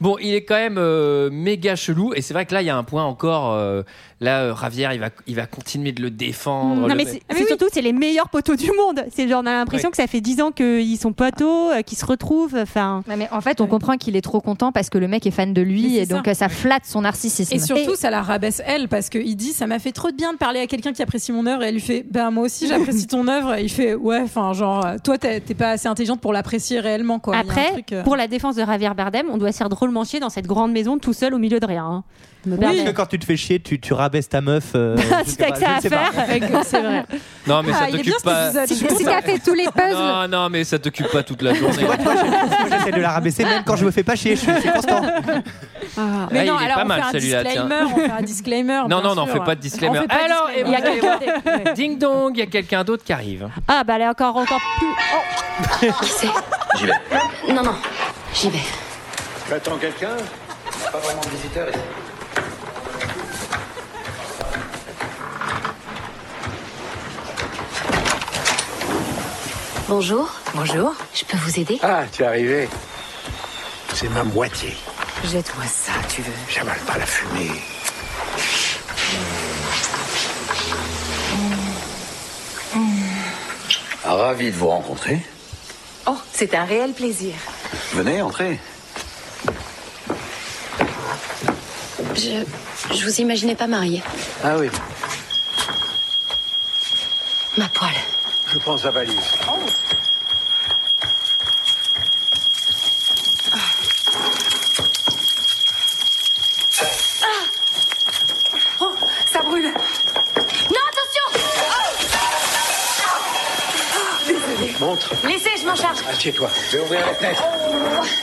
bon, il est quand même euh, méga chelou. Et c'est vrai que là, il y a un point encore. euh, là, euh, Ravière, il va, il va continuer de le défendre.
Non,
le
Ah, mais
mec-
c'est c'est surtout, c'est les meilleurs poteaux du monde. C'est genre, on a l'impression
Ouais.
que ça fait 10 ans qu'ils sont poteaux, euh, qu'ils se retrouvent. Enfin,
Ouais, mais en fait, on comprend qu'il est trop content parce que le mec est fan de lui et
ça.
donc euh, ça flatte son narcissisme.
Et surtout, ça la rabaisse elle parce qu'il dit ça m'a fait trop de bien de parler à quelqu'un qui apprécie mon œuvre et elle lui fait ben moi aussi j'apprécie ton œuvre et il fait ouais enfin genre euh, toi t'es t'es pas assez intelligente pour l'apprécier réellement quoi. Il y a un
après,
truc, euh,
pour la défense de Javier Bardem, on doit se faire drôlement chier dans cette grande maison tout seul au milieu de rien. hein. Je me
Parce
permets.
que quand tu te fais chier, tu, tu rabaisses ta meuf. euh, je
si
sais
t'as
pas,
que ça
je
à
sais pas.
faire, c'est vrai.
Non, mais
Ah,
ça
il est
t'occupe pas.
fait tous les puzzles.
Non, non, mais ça t'occupe pas toute la journée.
Moi, J'essaie de la rabaisser même quand je me fais pas chier. Je suis, je suis constant.
Mais
Ah,
non,
il est
alors
pas
on
mal,
fait un
celui-là, tiens.
disclaimer, on fait un disclaimer.
Non,
bien
non, non,
sûr.
fais pas de disclaimer.
On fait pas de
Alors,
disclaimer.
et
Il y a
voilà,
quelqu'un
et voilà. Ding dong, il y a quelqu'un d'autre qui arrive.
Ah, bah, elle est encore, encore plus.
J'y vais.
Non, non, j'y vais.
J'attends quelqu'un Pas vraiment de visiteurs ici.
Bonjour. Bonjour. Je peux vous aider
Ah, tu es arrivé. C'est ma moitié.
Jette-moi ça, tu veux.
J'avale pas la fumée. Ah, ravi de vous rencontrer.
Oh, c'est un réel plaisir.
Venez, entrez.
Je, je vous imaginais pas mariée.
Ah oui,
Ma poêle.
je prends sa valise.
Ah. Oh, ça brûle. Non, attention Désolée.
Montre.
Laissez, je m'en charge.
Assieds-toi. Je vais ouvrir la fenêtre.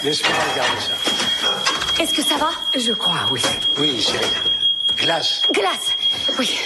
Laisse-moi regarder ça.
Est-ce que ça va Je
Ah
crois.
oui. Oui, c'est rien. Glace.
Glace Oui.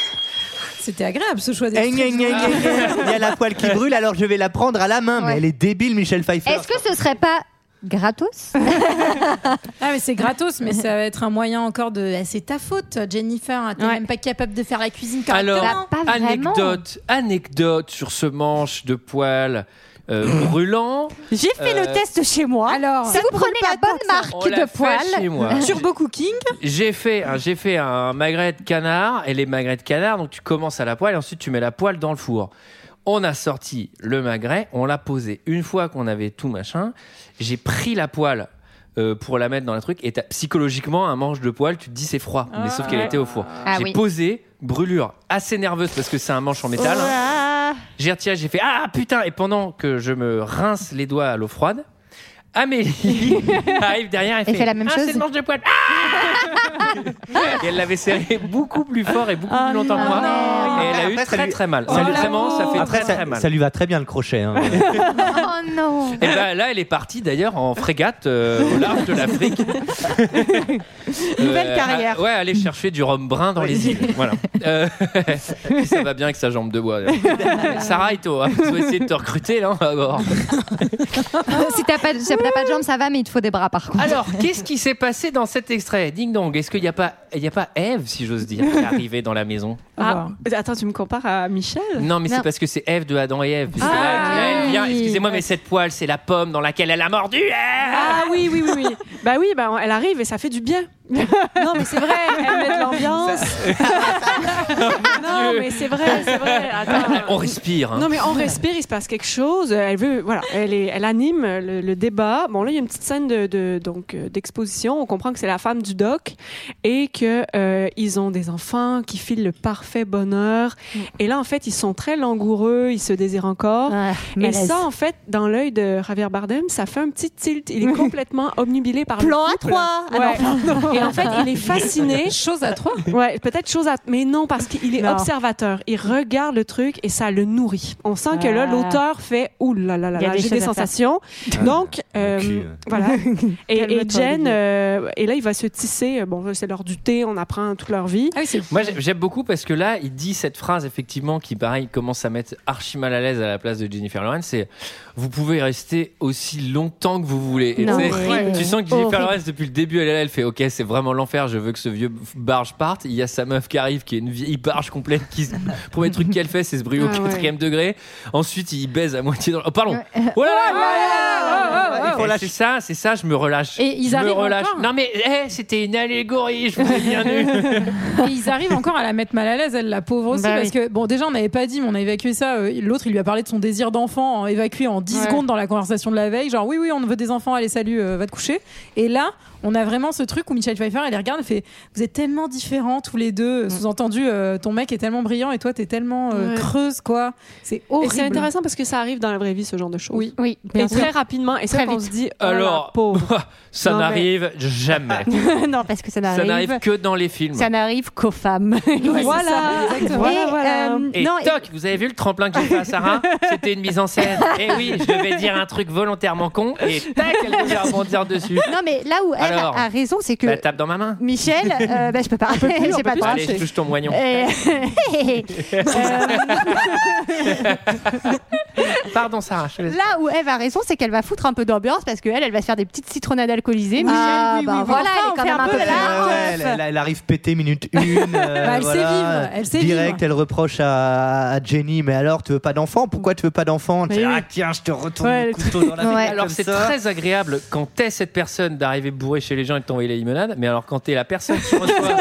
C'était agréable ce choix.
Eng, eng, eng, eng, eng. Il y a la poêle qui brûle, alors je vais la prendre à la main. Mais elle est débile, Michel Pfeiffer.
Est-ce que ce serait pas gratos
Ah mais c'est gratos, mais ça va être un moyen encore de. Ah, c'est ta faute, Jennifer. hein, T'es même pas capable de faire la cuisine correctement.
Alors, anecdote, anecdote sur ce manche de poils euh, brûlant.
J'ai fait
Euh,
le test chez moi. Alors,
Si vous prenez la bonne
On
marque
l'a
de
fait
poêle,
chez moi.
Turbo Cooking.
J'ai fait, un- j'ai fait un magret de canard et les magrets de canard. Donc tu commences à la poêle et ensuite tu mets la poêle dans le four. On a sorti le magret, on l'a posé. Une fois qu'on avait tout machin, j'ai pris la poêle. euh, pour la mettre dans le truc et t'as- psychologiquement un manche de poêle tu te dis c'est froid mais sauf qu'elle
Ouais.
était au four
Ah
j'ai
oui.
posé brûlure assez nerveuse parce que c'est un manche en métal j'ai retiré, j'ai fait Ah putain Et pendant que je me rince les doigts à l'eau froide, Amélie arrive derrière et,
Elle fait la même
Ah,
chose.
c'est le manche de poil. Ah Et elle l'avait serré beaucoup plus fort et beaucoup
Oh
plus longtemps que Oh, moi. et elle a eu très très mal. Ça lui- vraiment, ça fait
Oh Après,
très,
ça,
très mal.
ça lui va très bien le crochet. hein.
oh non
Et ben là, elle est partie d'ailleurs en frégate euh, au large de l'Afrique.
Nouvelle
Euh,
carrière.
à- ouais, aller chercher du rhum brun dans les îles. Voilà. Euh, puis ça va bien avec sa jambe de bois. d'ailleurs. Sarah Ito, hein, ils ont essayé de te recruter là. on va voir.
Si t'as pas, si t'as pas de jambes, ça va, mais il te faut des bras par contre.
Alors, qu'est-ce qui s'est passé dans cet extrait Ding dong, est-ce qu'il n'y a pas, il y a pas Eve, si j'ose dire, qui est arrivée dans la maison
Ah, attends, tu me compares à Michel
Non, mais c'est parce que c'est Eve de Adam et Eve. puisque là,
Ah
là, elle vient, Excusez-moi, mais cette poêle, c'est la pomme dans laquelle elle a mordu. Eh
Ah oui, oui, oui, oui. bah oui, bah, elle arrive et ça fait du bien. non, mais c'est vrai, elle met de l'ambiance. non, mais
c'est vrai, c'est vrai. Attends.
On respire. hein.
Non, mais on respire, il se passe quelque chose. Elle veut, voilà, elle, est, elle anime le, le débat. Bon, là, il y a une petite scène de, de- donc euh, d'exposition. On comprend que c'est la femme du doc et que euh, ils ont des enfants qui filent le parfait bonheur. Et là, en fait, ils sont très langoureux, ils se désirent encore.
Ah,
et
malaise.
ça, en fait, dans l'œil de Javier Bardem, ça fait un petit tilt. Il est complètement omnubilé par
Plan à
le couple.
trois. Ah non,
Ouais.
pardon.
Et en fait, il est fasciné.
Chose à trois.
Ouais, peut-être chose à. Mais non, parce qu'il est
Non.
observateur. Il regarde le truc et ça le nourrit. On sent que là,
Ah.
l'auteur fait Ouh là là là,
Il y a
là,
des
j'ai
choses
des
à faire.
sensations. Donc, euh,
cul.
oh,
voilà. et, et
Calme-toi,
Jen,
Olivier.
euh, et là, il va se tisser. euh, Bon, là, c'est l'heure du thé, on apprend toute leur vie.
Ah,
Moi, j'ai- j'aime beaucoup parce que là, il dit cette phrase, effectivement, qui, pareil, commence à mettre archi mal à l'aise à la place de Jennifer Lawrence c'est « Vous pouvez rester aussi longtemps que vous voulez. » Et
Non,
tu sais,
horrible.
Tu sens que
Horrible.
Jennifer Lawrence, depuis le début, elle est là, elle fait « Ok, c'est vraiment l'enfer, je veux que ce vieux barge parte. » Il y a sa meuf qui arrive, qui est une vieille barge complète, qui, se- premier truc qu'elle fait, c'est se brûler au
Ah ouais.
quatrième degré. Ensuite, il baise à moitié dans... Oh, pardon
Euh,
Oh là Oh. là
oh.
Il faut lâcher ça, c'est ça, je me relâche.
Et ils
je me
arrivent
relâche.
encore.
Non mais, hé, c'était une allégorie, je vous ai bien eu.
Et ils arrivent encore à la mettre mal à l'aise, elle, la pauvre aussi,
Bah
parce
oui.
que, bon, déjà, on n'avait pas dit, mais on a évacué ça. euh, L'autre, il lui a parlé de son désir d'enfant, en- évacué en 10
Ouais.
secondes dans la conversation de la veille, genre, oui, oui, on veut des enfants, allez, salut, euh, va te coucher. Et là, on a vraiment ce truc où Michelle Pfeiffer, elle les regarde, elle fait, vous êtes tellement différents tous les deux, sous-entendu, euh, ton mec est tellement brillant et toi, t'es tellement euh,
Ouais.
creuse, quoi. C'est
Et
horrible.
c'est intéressant parce que ça arrive dans la vraie vie, ce genre de choses.
Oui,
oui.
Et
bien
très
sûr.
rapidement. Et ça,
Très
on
vite.
se dit oh là,
Alors, ça
Non, mais-
n'arrive jamais.
non, parce que ça
ça n'arrive
n'arrive.
que dans les films.
Ça n'arrive qu'aux femmes.
Voilà.
Et,
Voilà, voilà.
euh,
Et
non, et-
toc, vous avez vu le tremplin que j'ai fait à Sarah C'était une mise en scène. Eh oui, je devais dire un truc volontairement con et tac, elle devait rebondir dessus.
non, mais là où elle a-
Alors,
a raison, c'est que
La tape dans ma main.
Michel, euh, bah, je peux pas. J'ai pas le droit.
Allez, je touche ton moignon.
Et-
Pardon Sarah, je te laisse.
Là où Eve a raison, c'est qu'elle va foutre un peu d'ambiance parce qu'elle, elle va se faire des petites citronnades alcoolisées. Michel,
Ah,
lui,
bah,
oui, oui,
voilà,
enfin,
elle est
on
quand
fait
même un peu
de la-
là.
Ouais, elle, elle- elle arrive pétée minute une. euh,
Bah, elle sait
voilà.
vivre, elle sait
Direct,
vivre.
elle reproche à, à Jenny, mais alors tu veux pas d'enfant Pourquoi tu veux pas d'enfant Tu fais, Ah tiens, je te retourne le couteau dans la figure comme
Alors c'est
ça.
très agréable quand t'es cette personne d'arriver bourré chez les gens et de t'envoyer la limonade, mais alors quand t'es la personne qui reçoit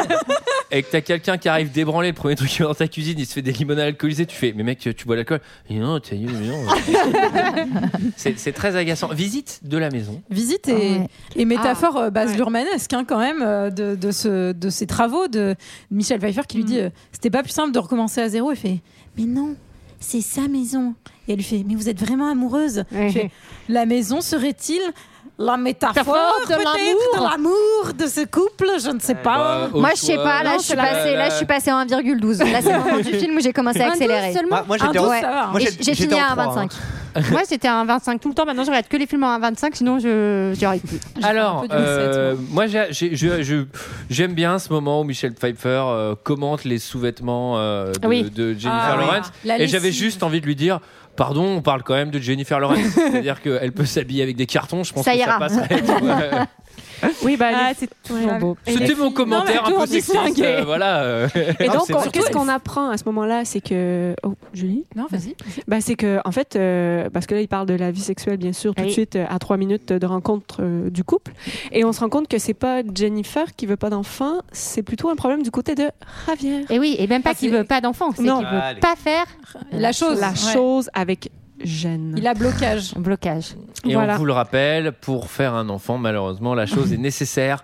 et que t'as quelqu'un qui arrive débranlé, le premier truc qu'il va dans ta cuisine, il se fait des limonades alcoolisées, tu fais mais mec tu bois de l'alcool Et Non, t'as eu mais non. c'est c'est très agaçant. Visite de la maison.
visite et, et métaphore euh, base lurmanesque hein, quand même euh, de, de, ce, de ces travaux de Michel Pfeiffer qui lui dit euh, c'était pas plus simple de recommencer à zéro il fait mais non c'est sa maison et elle lui fait mais vous êtes vraiment amoureuse Il fait, la maison serait-il la métaphore
Métaphore de
peut-être de
l'amour.
l'amour de ce couple je ne sais
Euh,
pas
bah, au
Ah. Moi, je sais
choix.
pas. Là,
Non,
je suis
c'est la-
passée. Là, je suis passée à 1,12. Là, c'est le moment du film où j'ai commencé à
Un
accélérer.
douze seulement
Moi, moi, j'étais
Un
en-
douze, ça
moi,
va.
j'ai-
Et J'ai
j'étais
fini
en
à
trois,
1,25.
Moi, j'étais à un 25 tout le temps. Maintenant, je regarde que les films en 25, sinon je j'y arrive plus.
Alors, euh, moi, j'ai- j'ai- je- je- j'aime bien ce moment où Michel Pfeiffer euh, commente les sous-vêtements euh, de,
Oui.
de Jennifer
Ah, oui.
Lawrence.
La
Et j'avais
lessive.
juste envie de lui dire. Pardon, on parle quand même de Jennifer Lawrence. C'est-à-dire qu'elle peut s'habiller avec des cartons, je pense
Ça
que
ira.
ça passerait. tu vois.
Oui, bah,
Ah,
les-
c'est toujours beau.
C'était mon commentaire un peu sexiste. euh, voilà. euh.
Et
Non,
donc,
c'est
on-
surtout-
qu'est-ce qu'on apprend à ce moment-là C'est que. Oh, Julie
Non, vas-y.
Bah, c'est que, en fait, euh, parce que là, il parle de la vie sexuelle, bien sûr, tout de
Oui.
suite, euh, à trois minutes de rencontre euh, du couple. Et on se rend compte que c'est pas Jennifer qui veut pas d'enfant, c'est plutôt un problème du côté de Javier.
Et oui, et même pas qu'il veut pas d'enfant, c'est qu'il
Non.
veut
Allez.
pas faire
la chose
La
ouais.
chose avec Jeanne.
il a blocage
un blocage.
Et
Voilà.
on vous le rappelle, pour faire un enfant, malheureusement, la chose est nécessaire.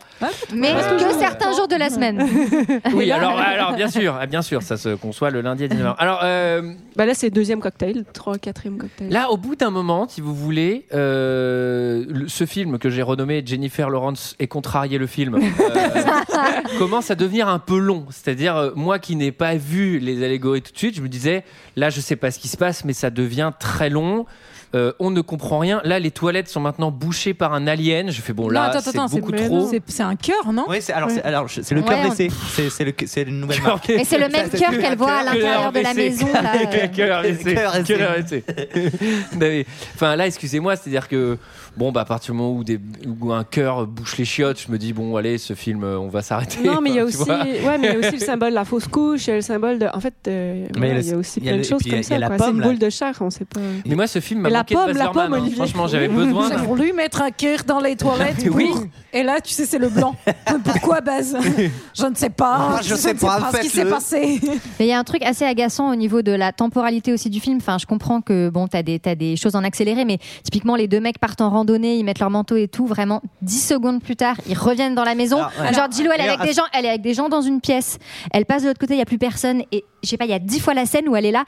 Mais
Euh,
que certains jours de la semaine.
Eh
Oui,
ben
alors, alors bien sûr, ah, bien sûr, ça se conçoit le lundi à 19h. Alors, euh,
Bah là, c'est deuxième cocktail, trois, quatrième cocktail.
Là, au bout d'un moment, si vous voulez, euh, le- ce film que j'ai renommé Jennifer Lawrence et contrarié le film euh, commence à devenir un peu long. C'est-à-dire, euh, moi qui n'ai pas vu les allégories tout de suite, je me disais, là, je sais pas ce qui se passe, mais ça devient très long. Euh, on ne comprend rien. Là, les toilettes sont maintenant bouchées par un alien. Je fais bon,
non,
là,
attends,
c'est
attends,
beaucoup
c'est-
trop.
c'est- c'est un cœur non
Ouais, c'est alors, c'est- alors, je- c'est le
Ouais,
cœur
on-
baissé. C'est- C'est le c'est une nouvelle
Cœur
marque.
baissé.
Et c'est le même cœur qu'elle voit à l'intérieur de la maison. là. euh.
euh.
Cœur baissé.
Cœur baissé.
Cœur baissé. Ben oui. Enfin là, excusez-moi, c'est-à-dire que bon, bah à partir du moment où, des, où un cœur bouche les chiottes, je me dis bon, allez, ce film, euh, on va s'arrêter.
Non, mais il y a
Enfin, tu
aussi,
vois.
ouais, mais il y a aussi le symbole de la fausse couche, il y a le symbole de. En fait, euh, voilà, il
le-
y a aussi
il y a
plein de
le-
choses
puis il y a-
comme
il y a
ça.
la
quoi. C'est
pomme,
une
là.
boule de chair, on sait pas.
Mais moi, ce film m'a
La
manqué manqué de Baz Luhrmann, hein. Franchement, j'avais besoin.
J'ai voulu mettre un cœur dans les toilettes. pour-
Oui.
Et là, tu sais, c'est le blanc. Mais Pourquoi Baz Je ne sais pas.
Ah, je sais pas,
ce qui s'est
faites-le.
passé.
Mais il y a un truc assez agaçant au niveau de la temporalité aussi du film. Enfin, je comprends que bon, t'as des t'as des choses en accéléré, mais typiquement les deux mecs partent en randonnée, ils mettent leur manteau et tout. Vraiment, 10 secondes plus tard, ils reviennent dans la maison.
Alors, ouais.
Genre,
Alors,
Gillo, elle est
d'ailleurs,
avec des gens, elle est avec des gens dans une pièce. Elle passe de l'autre côté, il y a plus personne. Et je sais pas, il y a 10 fois la scène où elle est là.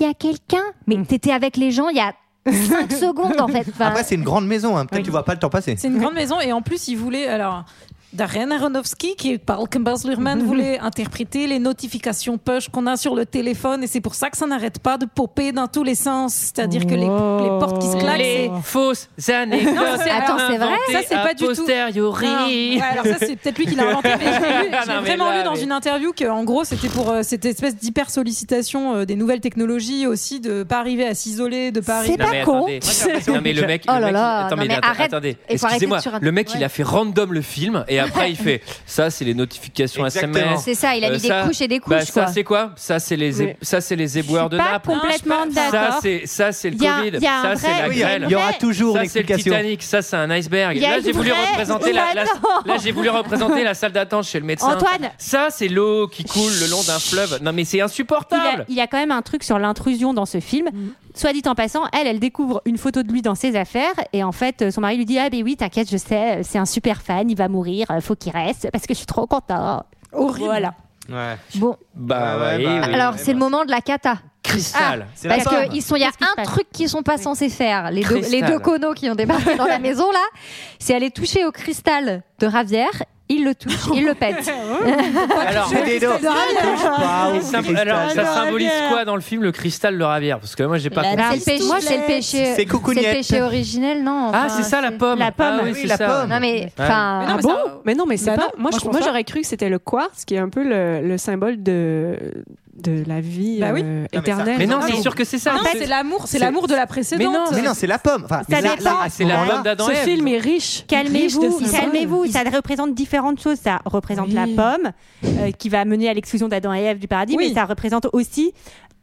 Il y a quelqu'un, mais t'étais avec les gens il y a 5 secondes en fait. Enfin,
Après, c'est une grande maison, hein. peut-être tu vois pas le temps passer.
C'est une grande maison et en plus, il voulait. Alors, Darren Aronofsky, qui parle comme Baz Luhrmann, voulait interpréter les notifications push qu'on a sur le téléphone et c'est pour ça que ça n'arrête pas de popper dans tous les sens. C'est-à-dire que les, les portes qui se claquent,
Les
c'est.
fausses anecdotes.
Non, c'est- Attends, c'est vrai
inventées
Ça, c'est pas
a
du tout-
posteriori.
Non. Ouais, alors ça, c'est peut-être lui qui l'a inventé, mais j'ai lu-
Ah,
j'ai
non, mais
vraiment
là,
lu dans
mais-
une interview que, en gros, c'était pour euh, cette espèce d'hyper sollicitation euh, des nouvelles technologies aussi, de pas arriver à s'isoler, de pas arriver.
Non, mais attendez. Non, mais le mec,
Oh
le
là
mec,
là,
il- attends,
non,
mais
mais
attends,
arrête.
attendez,
Et faut arrêter
excusez-moi,
sur un-
le mec, il
Ouais.
a fait random le film et après il fait ça, c'est les notifications
Exactement.
SMS.
C'est ça, il a mis des
ça-
couches et des
bah,
couches,
ça,
quoi.
c'est quoi Ça, c'est les, é-
Mais-
ça, c'est les éboueurs de
pas
nappes.
complètement
Ça,
d'accord.
c'est ça, c'est le
Il y a-
Covid.
il y a un
Ça, c'est
Eh
vrai-
la
Oui, il y a-
grêle.
il y aura
toujours
Ça,
une
c'est le
explication.
Titanic. Ça, c'est un iceberg.
Il y a
Là,
une
j'ai voulu
vraie-
représenter la, la-
Bah, non.
là, j'ai voulu représenter la salle d'attente chez le médecin.
Antoine.
Ça, c'est l'eau qui coule le long d'un fleuve. Non, mais c'est
Il y, a,
insupportable.
il y a quand même un truc sur l'intrusion dans ce film. Soit dit en passant, elle, elle découvre une photo de lui dans ses affaires et en fait, euh, son mari lui dit Ah, ben oui, t'inquiète, je sais, euh, c'est un super fan, il va mourir, euh, faut qu'il reste parce que je suis trop content.
Horrible.
Voilà.
Ouais.
Bon.
Bah, ouais,
bah,
oui.
Alors, c'est le moment de la cata.
Cristal.
Ah,
C'est la
parce
femme.
qu'il y a un truc qu'ils sont pas censés faire. Les deux,
Cristal.
les deux conos qui ont débarqué dans la maison, là, c'est aller toucher au cristal de Ravière. Ils le touchent, ils le pètent.
Alors,
toucher au
des
cristal
dos.
de Ravière.
Et
au
ça-
cristal
alors,
de
ça symbolise
Ravière.
quoi dans le film le cristal de Ravière Parce que moi j'ai pas
Là,
compris.
c'est le péché, c'est le péché,
C'est coucougnette.
le péché originel, non
Ah,
enfin,
c'est ça, la pomme.
La pomme,
Ah oui, c'est ça.
Non mais,
Ouais.
enfin,
mais non, mais
bon,
ça- mais non, mais c'est
Bah
pas.
non, moi,
moi,
je
je-
pense
moi,
pas.
j'aurais cru que c'était le quartz qui est un peu le, le symbole de, de la vie
Bah oui.
euh,
Non, mais ça-
éternelle.
Mais non, c'est
Ah.
sûr que c'est ça.
Non, c'est l'amour, c'est l'amour de la précédente.
Mais non, c'est la pomme. Enfin,
Ça
la-
dépend.
Ah,
la-
C'est la
voilà.
pomme d'Adam et Ce Ève. film
est riche.
Calmez-vous, calmez-vous. Ça représente différentes choses. Ça représente la pomme euh, qui va mener à l'exclusion d'Adam et Ève du paradis, mais ça représente aussi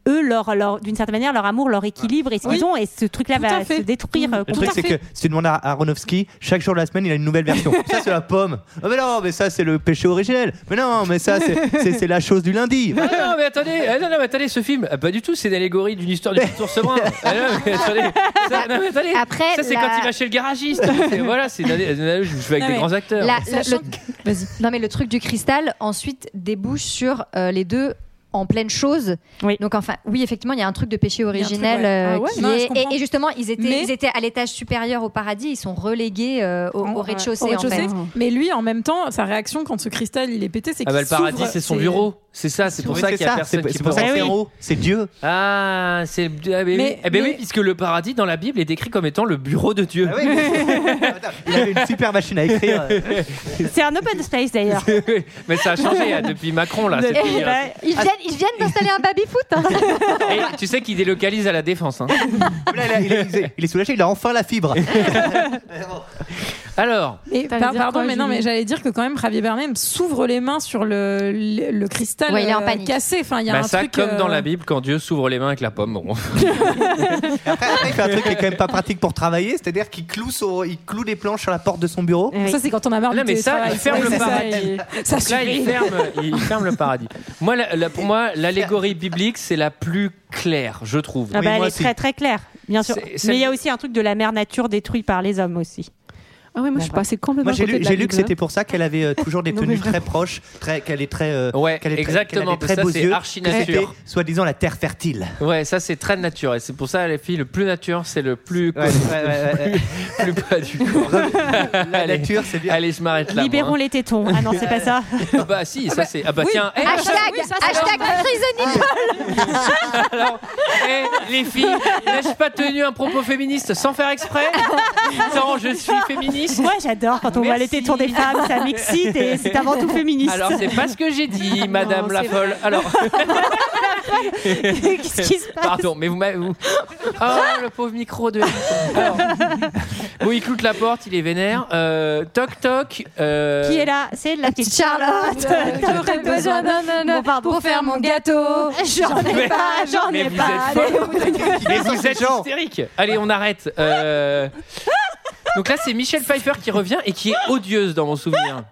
eux leur, leur d'une certaine manière leur amour, leur équilibre et ce qu'ils ont. Et ce truc-là va se détruire. euh,
Le truc, c'est
complètement.
que si tu demandes à Aronofsky, chaque jour de la semaine, il a une nouvelle version. ça, c'est la pomme. Ah, mais non, mais ça, c'est le péché originel. Mais non, mais ça, c'est- c'est c'est la chose du lundi.
Ah non, mais attendez, ah non, non, mais attendez, ce film, ah, pas du tout, c'est une allégorie d'une histoire du petit ours brun. Ah non, mais attendez, ça, non, mais attendez,
Après,
ça c'est
la-
quand il va chez le garagiste. C'est- voilà, c'est une allé- une allé- je joue avec
Non,
des
mais
grands acteurs.
la- la- le- Non, mais le truc du cristal, ensuite, débouche sur euh, les deux en pleine chose. Donc, enfin, oui, effectivement, il y a un truc de péché originel.
ouais.
euh,
Ah ouais,
qui
non, je
est-
comprends.
et, et justement, ils étaient,
Mais-
ils étaient à l'étage supérieur au paradis, ils sont relégués euh,
Oh,
au, au rez-de-chaussée.
Au
en fait.
rez-de-chaussée. Mais lui, en même temps, sa réaction quand ce cristal il est pété, c'est
Ah
qu'il
bah le paradis,
s'ouvre,
c'est son bureau. C'est ça, c'est pour
Oui,
ça
c'est
qu'il y a
ça,
personne
c'est-
qui Eh
c'est pour ça que c'est en haut,
c'est Dieu. Ah, c'est. Ah, mais, oui.
Mais-
Eh ben oui,
mais-
puisque le paradis dans la Bible est décrit comme étant le bureau de
Ah
Dieu.
Il avait une super machine à écrire.
C'est un open space d'ailleurs.
mais ça a changé hein, depuis Macron là. c'est fini, là.
Ils
Ah.
viennent, ils viennent d'installer un baby-foot. hein.
Et euh, tu sais qu'il délocalise à la défense. hein.
Là, il, a- il est- il est soulagé, il a enfin la fibre.
Alors,
Et
T'allais
par-
dire
pardon,
quoi,
mais non,
Julie
mais j'allais dire que quand même, Javier Bardem s'ouvre les mains sur le, le, le cristal
Ouais, il est en
euh,
panique.
cassé. Enfin, il y a
bah
un
ça,
truc.
comme
euh,
dans la Bible, quand Dieu s'ouvre les mains avec la pomme. Bon.
Il fait un truc qui est quand même pas pratique pour travailler, c'est-à-dire qu'il cloue, son- il cloue des planches sur la porte de son bureau.
Ça, c'est quand on a marre
Là,
du
mais ça,
télétravail.
il ferme
Ouais,
le
c'est ça,
paradis.
il- ça
Donc là,
suffit.
il ferme, il ferme le paradis. Moi, la- la- pour moi, l'allégorie biblique, c'est la plus claire, je trouve.
Ah bah, elle est très très claire, bien sûr.
C'est-
Mais il y a aussi un truc de la mère nature détruite par les hommes aussi.
Ah oui, moi je suis passée complètement.
Moi, j'ai
côté
lu,
de la
j'ai lu que
Bible,
c'était pour ça qu'elle avait euh, toujours des tenues très proches, très, qu'elle est très. euh, qu'elle est très-
exactement,
qu'elle a des très
parce que
beaux
ça, c'est
yeux.
archi
que c'était,
nature.
soi-disant, la terre fertile.
Ah.
Ouais, ça c'est très nature. Et c'est pour ça, les filles, le plus nature, c'est le plus.
Ouais, ouais, ouais,
plus, plus pas du corps. La
nature, c'est bien.
Allez, je m'arrête là.
Libérons
moi, hein.
les tétons. Ah non, c'est pas ça.
Ah bah si, ça c'est. Ah bah
oui.
tiens, eh,
Hashtag,
oui, ça,
Ah,
c'est
hashtag
normal.
crise de Nicole
Alors, eh, les filles, n'ai-je pas tenu un propos féministe sans faire exprès
Ah.
Non, je suis féministe.
Moi, Ah, j'adore quand on voit les
Merci.
tétons des femmes, ça m'excite et c'est avant tout féministe.
Alors, c'est pas ce que j'ai dit, madame
Non,
la
c'est
folle. Alors, Qu'est-ce qui se passe Pardon, mais vous m'avez. vous- Oh, le pauvre micro de. Alors, Bon, il cloute la porte, il est vénère. Euh, toc toc. euh,
Qui est là C'est la petite Charlotte. J'aurais besoin d'un ananas pour faire mon gâteau. J'en ai
Mais-
pas, j'en
mais
ai
vous
pas.
êtes folle. Mais vous êtes hystérique. Allez, on arrête. Euh, Donc là, c'est Michel Pfeiffer qui revient et qui est odieuse dans mon souvenir.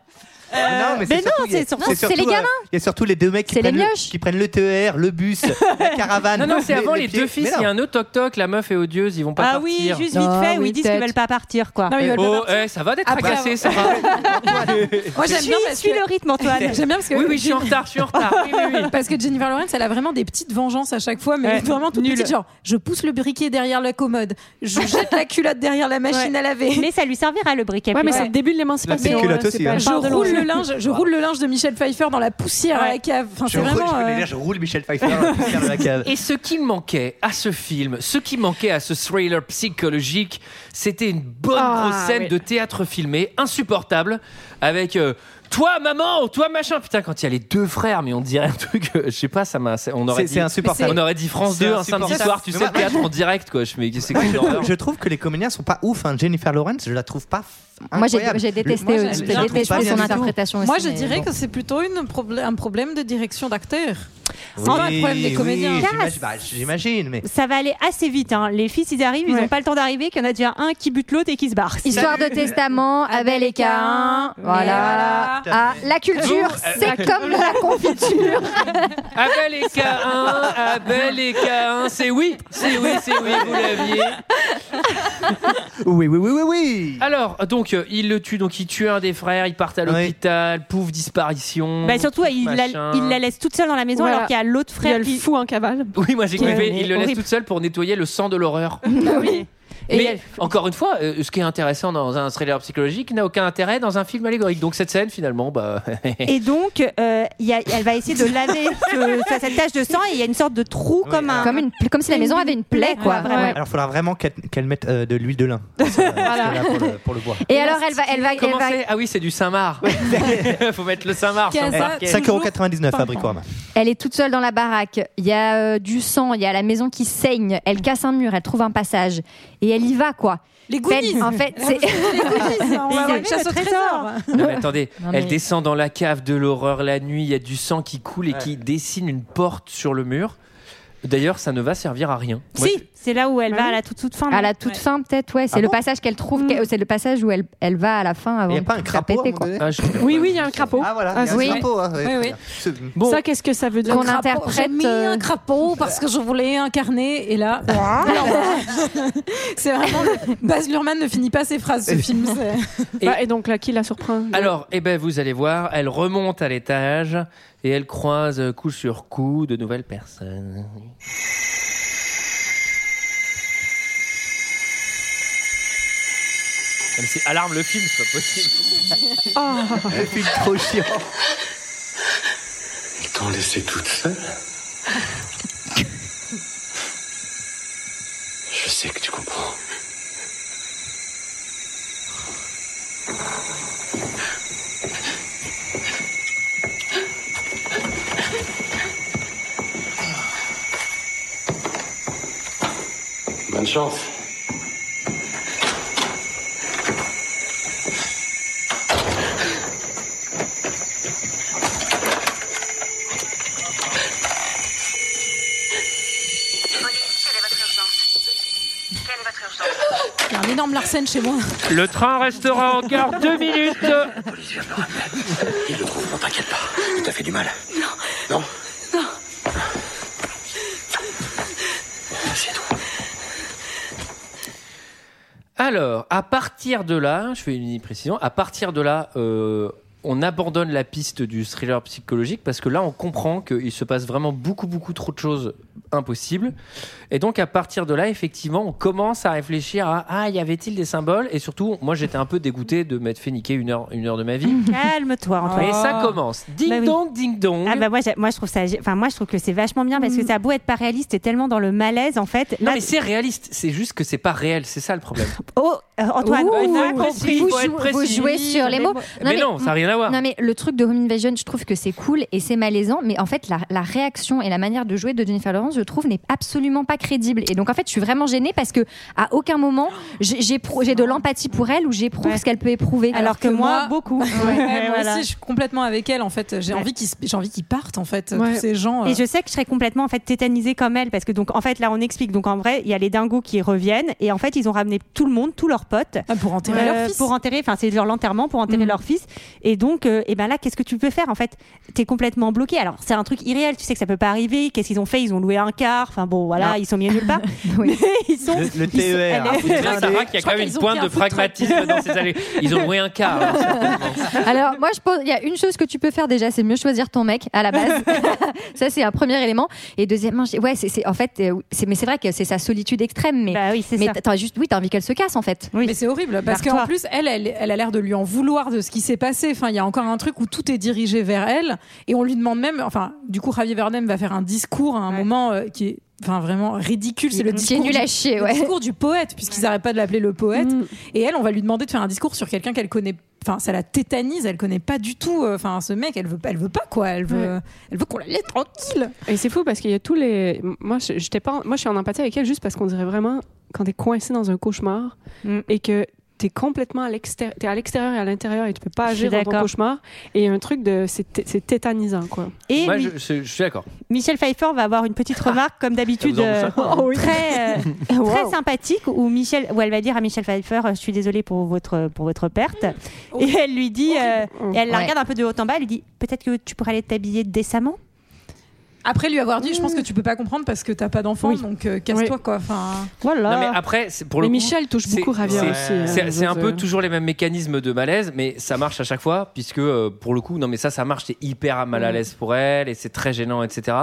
non, mais c'est surtout- il y a- surtout, euh, Il y a surtout les deux mecs qui,
C'est les
prennent le,
mioches.
qui prennent le TER, le bus, la caravane.
Non, non, c'est avant les,
pieds.
deux fils.
Mais non.
Il y a un autre toc-toc, la meuf est odieuse, ils vont pas
Ah
partir.
oui, juste vite fait, où ils disent qu'ils veulent pas partir, quoi.
oh, eh, ça va d'être
Après,
agacé, ça va.
Moi j'aime
Suis-
bien parce
suis
que-
le rythme, Antoine.
J'aime bien parce que
Oui, oui, je suis en retard, je suis en retard. Oui, oui, oui.
parce que Jennifer Lawrence, elle a vraiment des petites vengeances à chaque fois, mais
Ouais,
vraiment toutes
nul.
petites. Genre, je pousse le briquet derrière la commode, je jette la culotte derrière la machine à laver.
Mais ça lui servira le briquet.
Ouais, mais c'est le début
de
l'émancipation, La petite culotte euh, c'est aussi, pas- hein.
Je
Je roule le linge, je roule le linge de Michel Pfeiffer dans la poussière à la cave. Enfin,
Je
c'est
roule,
vraiment.
je voulais
euh,
dire, je roule Michel Pfeiffer dans la poussière de la cave.
Et ce qui manquait à ce film, ce qui manquait à ce thriller psychologique, c'était une bonne
Ah,
grosse scène
oui.
de théâtre filmé, insupportable, avec euh, toi maman, toi machin. Putain, quand il y a les deux frères, mais on dirait un truc, euh, je sais pas, ça m'a. On aurait
C'est-
dit,
c'est insupportable.
On aurait dit France
C'est
2 un samedi
insupportable.
soir, tu sais,
Mais
le
moi-
théâtre en direct, quoi. Je mais c'est
Moi,
que
je,
une horreur.
trouve, je trouve que les comédiens sont pas ouf. hein. Jennifer Lawrence, je la trouve pas. f-
Moi, j'ai-
incroyable.
j'ai
Le-
détesté,
moi,
euh,
je-
j'ai
je la trouve
détesté
pas
son
bien.
interprétation
Moi,
aussi,
je
mais
dirais
bon.
que c'est plutôt une problé- un problème de direction d'acteur.
Oui,
C'est pas un problème des
oui,
comédiens.
j'imagine- bah, J'imagine, mais.
Ça va aller assez vite. hein. Les fils, ils arrivent, ils
Ouais.
n'ont pas le temps d'arriver, qu'il y en a déjà un qui bute l'autre et qui se barre.
Histoire de testament, Abel et Caïn. Voilà. Ah, la culture,
Vous, euh,
c'est comme la confiture.
Abel et Caïn, Abel et Caïn, c'est oui, c'est oui, c'est oui, vous l'aviez.
Oui, oui, oui, oui, oui.
Alors, donc, euh, il le tue, donc il tue un des frères, ils partent à l'hôpital, pouf, disparition.
Bah, surtout, il la,
machin.
il la laisse toute seule dans la maison
Voilà.
alors qu'il y a l'autre
Il y a
frère
le
qui.
fou en cavale.
Oui, moi j'ai
Ouais,
kiffé.
mais
Il le laisse
horrible.
toute seule pour nettoyer le sang de l'horreur.
Et
Mais
elle-
encore une fois, euh, ce qui est intéressant dans un thriller psychologique n'a aucun intérêt dans un film allégorique. Donc cette scène, finalement, bah.
Et donc, euh, il y a- elle va essayer de laver ce- sa- cette tache de sang et il y a une sorte de trou comme un.
Comme, une, comme si la maison avait une plaie, quoi.
vraiment.
Alors, faudra vraiment qu'elle qu'elle mette euh, de l'huile de lin. Parce que là, pour, le, pour le bois.
Et alors, elle va, elle va, elle
Comment
va,
c'est Ah oui, c'est du Saint-Marc. Faut mettre le Saint-Marc
Eh,
sur le parquet.
5,99€ à Bricorama.
elle est toute seule dans la baraque. Il y a euh, du sang, il y a la maison qui saigne. Elle casse un mur, elle trouve un passage et elle y va, quoi.
Les
Fait-
goodies.
En fait, c'est.
On va avoir une chasse au trésor.
Non, mais attendez,
Non,
elle
mais-
descend dans la cave de l'horreur la nuit, il y a du sang qui coule et qui dessine une porte sur le mur. D'ailleurs, ça ne va servir à rien. Moi,
Si, c'est là où elle va à la toute, toute fin.
À la toute fin, peut-être, ouais. C'est le passage qu'elle
Mm.
trouve, que- c'est le passage où elle, elle va à la fin avant.
Ah Il n'y a
de
pas un
se faire
crapaud à un
péter,
moment
quoi.
donné
Ah, je-
Oui, oui, il y a un crapaud.
Ah voilà, il y a un
oui.
crapaud. hein, ouais,
Oui, oui.
c'est-
Bon,
Ça, qu'est-ce que ça veut dire
Qu'on interprète,
J'ai mis
euh,
un crapaud parce que je voulais incarner et là. c'est vraiment. Le... Baz Luhrmann ne finit pas ses phrases, ce film. c'est-
Et-
Bah, et donc là, qui la surprend
Mm.
Ah,
Alors, eh ben, vous allez voir, elle remonte à l'étage et elle croise euh, coup sur coup de nouvelles personnes. Même si alarme le film, Ah, c'est pas possible.
Le film trop chiant.
Ils t'ont laissé toute seule Je sais que tu comprends. Bonne chance.
Il y a un énorme Larsen chez moi.
Le train restera encore deux minutes.
Police vient de le ramener. Ils le trouveront, t'inquiète pas. Il t'a fait du mal. Non. Non Non. C'est tout.
Alors, à partir de là, je fais une mini précision, à partir de là, euh, on abandonne la piste du thriller psychologique parce que là, on comprend qu'il se passe vraiment beaucoup, beaucoup trop de choses impossibles. Et donc, à partir de là, effectivement, on commence à réfléchir à Ah, y avait-il des symboles Et surtout, moi, j'étais un peu dégoûté de m'être fait niquer une heure, une heure de ma vie.
Calme-toi, Antoine.
Mais ça commence. Ding
Bah oui.
dong, ding dong.
Ah bah moi, j'ai- moi je trouve ça, j'ai- enfin moi je trouve que c'est vachement bien
Mm.
parce que ça a beau être pas réaliste, t'es tellement dans le malaise en fait.
Non,
Là,
mais c'est réaliste, c'est juste que c'est pas réel, c'est ça le problème.
oh euh, Antoine,
Ouh,
on a
faut être
compris.
précis, faut être
Vous
précis.
jouez sur les mots.
mais, non, ça n'a rien à savoir.
Non mais le truc de Home Invasion, je trouve que c'est cool et c'est malaisant, mais en fait la, la réaction et la manière de jouer de Jennifer Lawrence, je trouve, n'est absolument pas crédible. Et donc en fait, je suis vraiment gênée parce que à aucun moment j'ai j'éprouve- j'ai de l'empathie pour elle ou j'éprouve ce qu'elle peut éprouver.
Alors que moi,
beaucoup.
Ouais, moi
Voilà.
aussi, je suis complètement avec elle en fait. J'ai envie qu'ils j'ai envie qu'ils partent en fait.
Ouais.
Tous ces gens.
Et je sais que je serais complètement en fait tétanisée comme elle parce que donc en fait là on explique donc en vrai il y a les dingos qui reviennent et en fait ils ont ramené tout le monde tous leurs potes
euh,
euh,
pour enterrer leur fils.
pour enterrer enfin c'est leur l'enterrement pour
Mm.
enterrer leur fils et donc euh, et ben là qu'est-ce que tu peux faire en fait t'es complètement bloqué alors c'est un truc irréel tu sais que ça peut pas arriver qu'est-ce qu'ils ont fait ils ont loué un car enfin bon voilà
Non.
ils sont mis nulle part Mais ils sont
Le,
ils sont-
E
TER.
elle est-
Ah,
Je dirais, Sarah, qu'il y a quand même une pointe de pragmatisme dans ces allées. Ils ont loué un hein, quart.
Alors, moi, je pense il y a une chose que tu peux faire déjà, c'est mieux choisir ton mec à la base. ça, c'est un premier élément. Et deuxièmement, je dis- ouais, c'est c'est- en fait, euh, c'est mais c'est vrai que c'est sa solitude extrême,
Bah,
mais mais
ça.
t'as juste, oui, t'as envie qu'elle se casse en fait.
Mais c'est horrible parce
Barre-toi.
qu'en plus elle, elle, elle a l'air de lui en vouloir de ce qui s'est passé. Enfin, il y a encore un truc où tout est dirigé vers elle et on lui demande même. Enfin, du coup, Javier Bardem va faire un discours à un moment euh, qui est enfin vraiment ridicule. C'est le
Qui est
discours
nul
du-
à chier,
le
ouais.
discours du poète puisqu'ils n'arrêtent pas de l'appeler le
Mm.
poète. Et elle, on va lui demander de faire un discours sur quelqu'un qu'elle connaît. Enfin, ça la tétanise. Elle connaît pas du tout. euh, Enfin, ce mec, elle veut, elle veut pas quoi. Elle veut,
Ouais.
elle veut qu'on la laisse tranquille.
Et c'est fou parce qu'il y a tous les. Moi, je- j'étais pas. en- Moi, je suis en empathie avec elle juste parce qu'on dirait vraiment quand t'es coincé dans un cauchemar
Mm.
et que t'es complètement à l'extérieur, t'es à l'extérieur et à l'intérieur et tu peux pas
Je suis
agir dans ton
d'accord.
cauchemar. Et il y a un truc de, c'est té- c'est tétanisant quoi.
Et
Moi,
lui-
je, je- je suis d'accord.
Michel Pfeiffer va avoir une petite remarque, comme d'habitude,
Ça vous
euh,
en sort, hein.
très, euh, très sympathique, où, Michel, où elle va dire à Michel Pfeiffer euh, Je suis désolée pour votre, pour votre perte.
Mm.
Et elle lui dit euh, et Elle la
Ouais.
regarde un peu de haut en bas, elle lui dit Peut-être que tu pourrais aller t'habiller décemment
Après lui avoir dit, je pense que tu peux pas comprendre parce que t'as pas d'enfant, donc euh, casse-toi quoi. Enfin,
voilà.
Non, mais après, c'est- pour le
Mais
coup,
Michel touche
c'est-
beaucoup Javier
c'est-
hein,
aussi, euh,
C'est
je
c'est un
veux
peu
dire.
toujours les mêmes mécanismes de malaise, mais ça marche à chaque fois, puisque euh, pour le coup, non, mais ça, ça marche, c'est hyper mal à l'aise pour elle, et c'est très gênant, etc.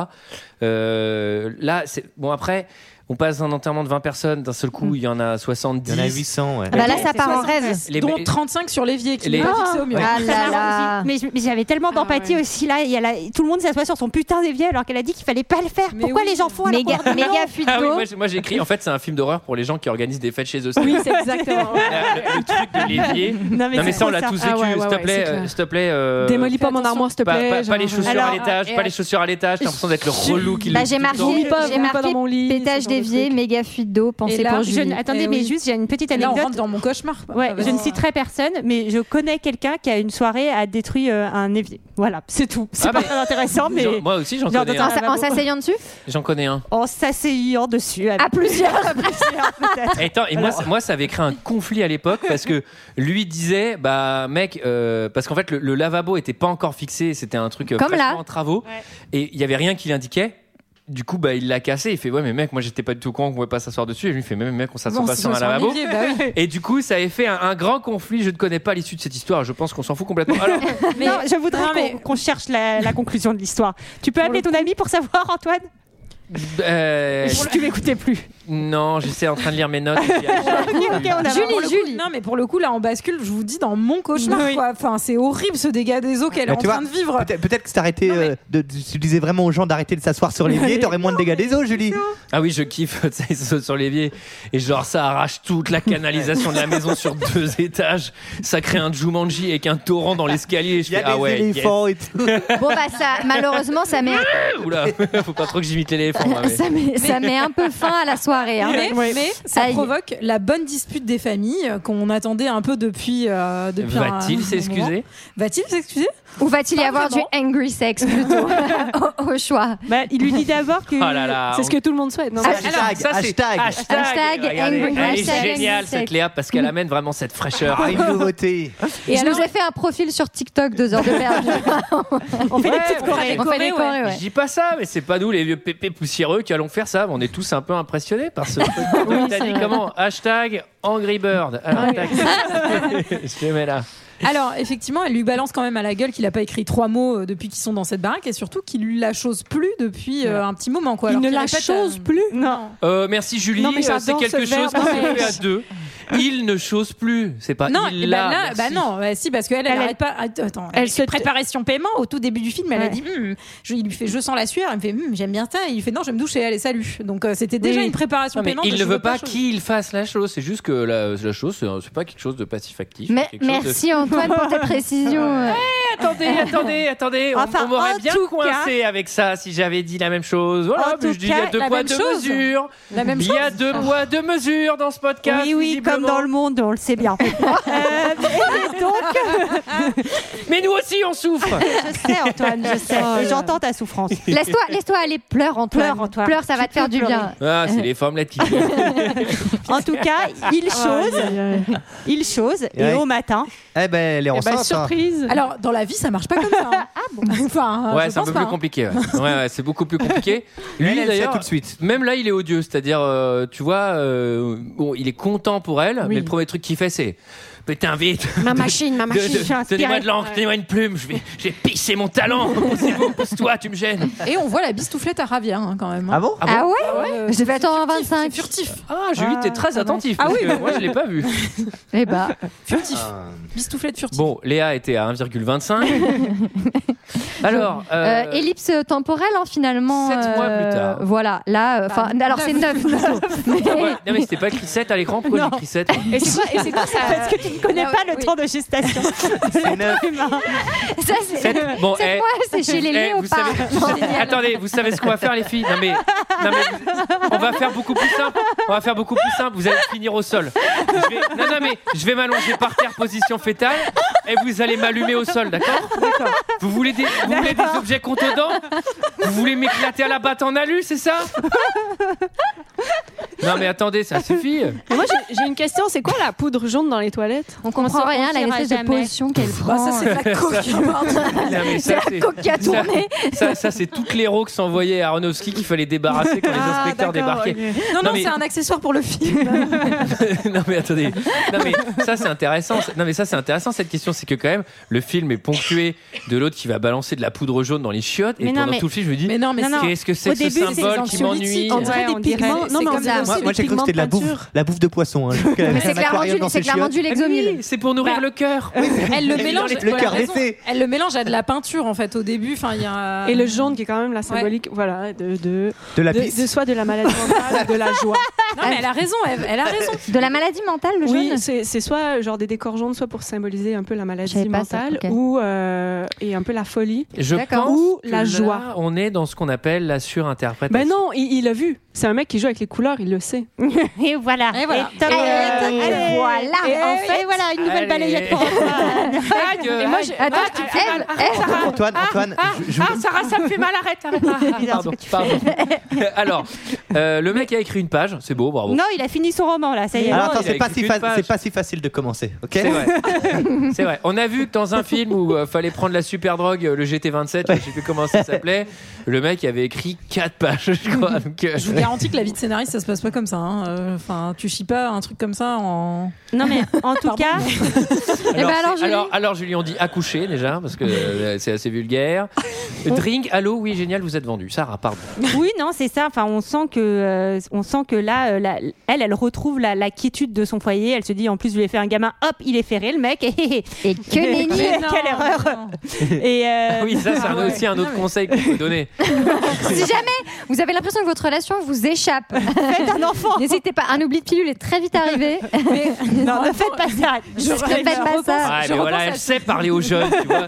Euh, là, c'est bon, après. On passe d'un enterrement de 20 personnes, d'un seul coup, il y en a 70.
Il y en a 800, ouais.
Ah bah là, ça part en
rêve.
Les-
dont 35 sur l'évier qui
Les-
n'est pas fixé au mur.
Ah là là. Mais je- mais j'avais tellement d'empathie aussi là. Il y a la- tout le monde s'assoit sur son putain d'évier alors qu'elle a dit qu'il fallait pas le faire. Pourquoi les gens font alors
Méga-
qu'on leur dit non
méga fuite
Ah oui, moi, j'ai- moi j'ai écrit, en fait, c'est un film d'horreur pour les gens qui organisent des fêtes chez eux.
Oui, c'est exactement.
Le, le truc de l'évier.
Non, mais
Non, mais
c'est
ça, on
trop
l'a
ça.
tous vécu,
Ah ouais, ouais,
s'il te
ouais,
plaît.
c'est
euh,
clair.
S'il te plaît. euh,
Démolis pas mon armoire, s'il te
Pas,
plaît.
pas- pas
genre.
les chaussures
Alors,
à l'étage,
et-
pas les chaussures à l'étage, t'as l'impression d'être le relou qui
Bah,
le
j'ai
dit tout le
Ah,
marqué,
temps.
j'ai marqué pétage d'évier, méga fuite d'eau, pensée
Et là,
pour
je- Eh
Julie.
attendez, mais juste, j'ai une petite
Et là, on
anecdote.
rentre dans mon cauchemar.
Ouais,
Bah, vas-y.
je ne citerai personne, mais je connais quelqu'un qui a une soirée a détruit euh, un évier. Voilà, c'est tout. C'est
Ah,
pas
mais-
très intéressant, mais
Genre, moi aussi, j'en
Genre,
connais
dans
un.
un salon.
En en s'asseyant dessus
J'en connais un.
en s'asseyant dessus. avec-
À plusieurs.
À plusieurs, peut-être.
Et, attends, et moi, ça- moi, ça avait créé un conflit à l'époque parce que lui disait, bah mec, euh, parce qu'en fait le, le lavabo était pas encore fixé, c'était un truc euh,
Comme là.
fraîchement en travaux et il y avait rien qui l'indiquait. Du coup, bah, il l'a cassé. Il fait ouais, mais mec, moi j'étais pas du tout con, on pouvait pas s'asseoir dessus. Et je lui fais mais mec, on s'assoit
Bon,
pas
si
sur
on
un
s'en
lavabo.
est lié, bah oui.
Et du coup, ça avait fait un, un grand conflit. Je ne connais pas l'issue de cette histoire. Je pense qu'on s'en fout complètement. Alors,
Mais-
non, je voudrais
Non,
qu'on-
mais-
qu'on cherche la, la conclusion de l'histoire. Tu peux appeler ton ami pour savoir, Antoine
euh,
Si tu m'écoutais plus.
non, j'étais en train de lire mes notes. euh, Il y a-
Julie, Julie. Non, mais pour le coup, là, on bascule, je vous dis, dans mon cauchemar, quoi. Enfin, c'est horrible ce dégât des eaux qu'elle est
Bah,
en
tu
train de
vois,
vivre.
Peut-être peut-être que si t'arrêtais, euh, de- de- tu disais vraiment aux gens d'arrêter de s'asseoir sur l'évier, t'aurais moins de dégâts des eaux, Julie.
Ah oui, je kiffe, tu sais, ils sautent sur l'évier. Et genre, ça arrache toute la canalisation de la maison sur deux étages. Ça crée un Jumanji avec un torrent dans l'escalier. Je
Il y a
fais, ah
des
ouais, yes.
éléphants et tout.
Bon, bah, ça, malheureusement, ça met,
Oula, faut pas trop que j'imite l'éléphant. moi, mais-
ça, met, ça met un peu fin à la soirée. hein.
Mais, mais ça
Aïe.
provoque la bonne dispute des familles euh, qu'on attendait un peu depuis. euh, depuis un-
Va-t-il
un
s'excuser
moment. Va-t-il s'excuser
Ou va-t-il y avoir du angry sex plutôt au, au choix
Bah, il lui dit d'abord que
Oh là là,
C'est ce que tout le monde souhaite.
Ah,
Non, mais-
Hashtag,
Ça, c'est-
hashtag.
hashtag,
Hashtag
regardez,
angry-
Elle
hashtag
est géniale
angry
cette
sex.
Léa parce qu'elle amène vraiment cette fraîcheur.
Ah, une nouveauté.
Je nous ai fait un profil sur TikTok, deux heures de perdu.
on fait des petites
on fait
chorés.
des chorés, ouais.
Je dis pas ça, mais c'est pas nous les vieux pépés poussiéreux qui allons faire ça. On est tous un peu impressionnés par ce. T'as dit comment Hashtag Angry Bird. Alors, tac. Je te mets là.
Alors, effectivement, elle lui balance quand même à la gueule qu'il n'a pas écrit trois mots euh, depuis qu'ils sont dans cette baraque et surtout qu'il lui la chose plus depuis euh, un petit moment. Quoi,
Il
alors
ne
qu'il
la
répète,
chose
euh,
plus
Non.
Euh, merci Julie,
Non, mais
Euh, c'est
j'adore
quelque
ce
chose
verbe.
qui
Non,
se
mais-
fait à deux. Il ne chose plus. C'est pas
Non,
il
eh ben
l'a,
là, bah
merci.
non, bah si, parce qu'elle, elle,
Elle-
arrête pas. Attends,
elle
elle,
se-
se préparait son paiement au tout début du film. Elle a dit, Hum, je, il lui fait, je sens la sueur. Elle me fait, Hum, j'aime bien ça. Et il fait, non, je vais me doucher. Allez, salut. Donc euh, c'était déjà
Oui.
une préparation
Non, mais
paiement.
Il
de
ne
je
veut
veux
pas
chose.
qu'il fasse la chose. C'est juste que la, la chose, c'est c'est pas quelque chose de passif-actif.
Mais-
c'est quelque chose de-
merci Antoine pour tes précisions.
Eh, attendez, attendez, attendez. On,
Enfin,
on m'aurait
en
bien
tout
coincé avec ça si j'avais dit la même chose. Voilà,
En
mais
tout
je dis il y a
cas,
deux
la
poids,
même
deux
chose.
mesures.
La même
Il y a
chose.
deux poids, deux mesures dans ce podcast.
Oui, oui, comme
visiblement.
dans le monde, on le sait bien. Euh, et donc,
Mais nous aussi, on souffre.
je sais, Antoine, je sais.
Oh là.
J'entends ta souffrance.
Laisse-toi, laisse-toi aller, pleure Antoine.
Pleure, Antoine.
Pleure, ça va
Tu
te faire
peux
du
pleurer.
bien.
Ah, c'est les femmes là qui.
En tout cas, il
Ah,
chose, il chose, et
Ouais.
au matin.
Ah,
Eh ben, elle est enceinte. hein.
Alors, dans la vie, ça marche pas comme ça. hein. enfin, euh,
Ouais,
je
c'est un
pense
peu
pas,
plus
hein.
compliqué. Ouais, Ouais, ouais, c'est beaucoup plus compliqué. Lui,
Elle, elle sait
d'ailleurs,
tout de suite.
Même là, il est odieux. C'est-à-dire, euh, tu vois, euh, bon, il est content pour elle, mais le premier truc qu'il fait, c'est Putain, vite
Ma machine, ma
De- de-
machine, je suis inspirée.
Donnez-moi de l'encre,
Ouais.
donnez-moi une plume, je vais, j'ai pissé mon talent. Poussez-vous, pousse-toi, tu me gênes.
Et on voit la bistouflette à Ravia hein, quand même. hein.
Ah bon Ah bon Ah ouais
Euh,
Je vais attendre en 25.
Furtif.
Ah, Julie, t'es très attentif.
Ah
parce
oui,
que moi, je l'ai pas vu.
Eh bah,
ben,
furtif.
Ah.
Bistouflette furtif.
Ah. Bon, Léa était à 1,25. Alors, euh,
Euh, ellipse temporelle, hein, finalement. euh,
Sept mois plus tard.
Voilà, là,
Bah,
euh, enfin, alors c'est neuf.
ouais, non, mais Ah c'était pas écrit 7 à l'écran. Pourquoi j'ai écrit 7
Et c'est quoi- et c'est quoi ça
Parce que tu ne connais
Ah
pas
oui,
le
oui.
temps de gestation.
C'est neuf.
Ça, c'est.
Sept- bon,
sept
eh,
mois, c'est chez les
eh, vous
léopards.
savez- Attendez, vous savez ce qu'on va faire, les filles non mais, non, mais on va faire beaucoup plus simple. On va faire beaucoup plus simple. Vous allez finir au sol. Je vais- non, non, mais je vais m'allonger par terre, position fétale, et vous allez m'allumer au sol, d'accord Vous voulez des, vous voulez des objets contondants Vous voulez m'éclater à la batte en alu, c'est ça Non, mais attendez, ça suffit.
Mais Moi, j'ai- j'ai une question. C'est quoi la poudre jaune dans les toilettes
On comprend
se-
rien,
on
la
dira
espèce de
jamais.
position qu'elle
Bah,
prend.
ça, c'est de la coke.
hein,
Non, mais ça,
C'est la coque qui a
ça-
tourné.
Ça, ça, c'est toutes les que s'envoyait à Aronofsky qu'il fallait débarrasser quand les
Ah,
inspecteurs
d'accord,
débarquaient.
ok. Non, non,
mais-
c'est un accessoire pour le film.
non mais attendez, non mais ça c'est intéressant. Non mais ça c'est intéressant cette question, c'est que quand même le film est ponctué de l'autre qui va balancer de la poudre jaune dans les chiottes et
Mais non,
pendant
mais-
tout le film je me dis
Mais non, mais non, non.
qu'est-ce que c'est
Au
que ce
début, c'est
symbole
des
qui m'ennuie
anxiolytiques. On dirait- on dirait- c'est comme ça.
Ah, Moi, moi, j'ai cru que c'était de la bouffe, la bouffe de poisson. hein. Je crois qu'elle avait
Mais c'est
un
clairement
aquarium
du-
dans
c'est
ses
clairement
chiottes.
du Lexomil.
Ah
Oui, C'est pour
bah,
nourrir le cœur.
Elle le
Et
mélange.
dans les-
elle a
cœur
raison.
laissé.
Elle le mélange à de la peinture en fait au début. Enfin, il y a.
Et le jaune qui est quand même la symbolique, voilà, de de,
De la
de,
pisse.
de soit de la maladie mentale, de la joie.
Non, mais elle a raison. Elle, elle a raison.
De la maladie mentale, le
Oui,
jaune
c'est c'est soit genre des décors jaunes, soit pour symboliser un peu la maladie
savais pas ça,
mentale
ok.
ou euh, et un peu la folie.
Je pense
ou
que
la
là,
joie.
on est dans ce qu'on appelle la surinterprétation.
Bah
Ben non, il il l'a vu. C'est un mec qui joue avec les couleurs, il le sait.
Et voilà.
Et voilà.
top.
Allez,
Allez.
voilà.
Et en fait,
Et
voilà, une nouvelle
Allez.
balayette pour Antoine.
Et moi, je-
Attends,
moi,
tu
ah,
fais-
ah, ah,
eh,
Sarah,
Antoine, Antoine,
ah,
je- je-
ah, Sarah, ça me fait mal, arrête. arrête. Ah, ah,
Pardon, pardon. Alors, euh, le mec a écrit une page, c'est beau, bravo.
Non, il a fini son roman là, ça y est.
Alors
Non,
attends,
Ah, il a
c'est pas,
écrit
si
qu'une
fa-
page.
c'est pas si facile de commencer, ok
C'est vrai. C'est vrai. On a vu que dans un film où euh, fallait prendre la super drogue, euh, le GT27, je sais plus comment ça s'appelait, le mec avait écrit 4 pages, je crois. Donc, euh,
Je vous garantis que la vie de scénariste, ça se passe pas comme ça. hein. Euh, Enfin, tu chies pas un truc comme ça en.
Non mais en tout cas,
Alors,
ben alors,
c'est-
Julie
alors, alors, Julie, on dit accoucher déjà, parce que euh, c'est assez vulgaire. Drink, allô, oui, génial, vous êtes vendu. Sarah, pardon.
oui, non, c'est ça. Enfin, on sent que, euh, on sent que là, euh, la- elle, elle retrouve la, la quiétude de son foyer. Elle se dit, en plus, je lui ai fait un gamin. Hop, il est ferré, le mec.
Et que nenni.
Mais
non,
Quelle erreur Et euh,
oui, ça, c'est un-
ah ouais.
aussi un autre conseil qu'on peut donner.
Si jamais vous avez l'impression que votre relation vous échappe,
faites un enfant.
n'hésitez pas. Un oubli de pilule est très vite arrivé.
Non, ne faites pas ça.
Je ne faites pas ça.
Ah, mais voilà, elle sait parler aux jeunes, tu vois.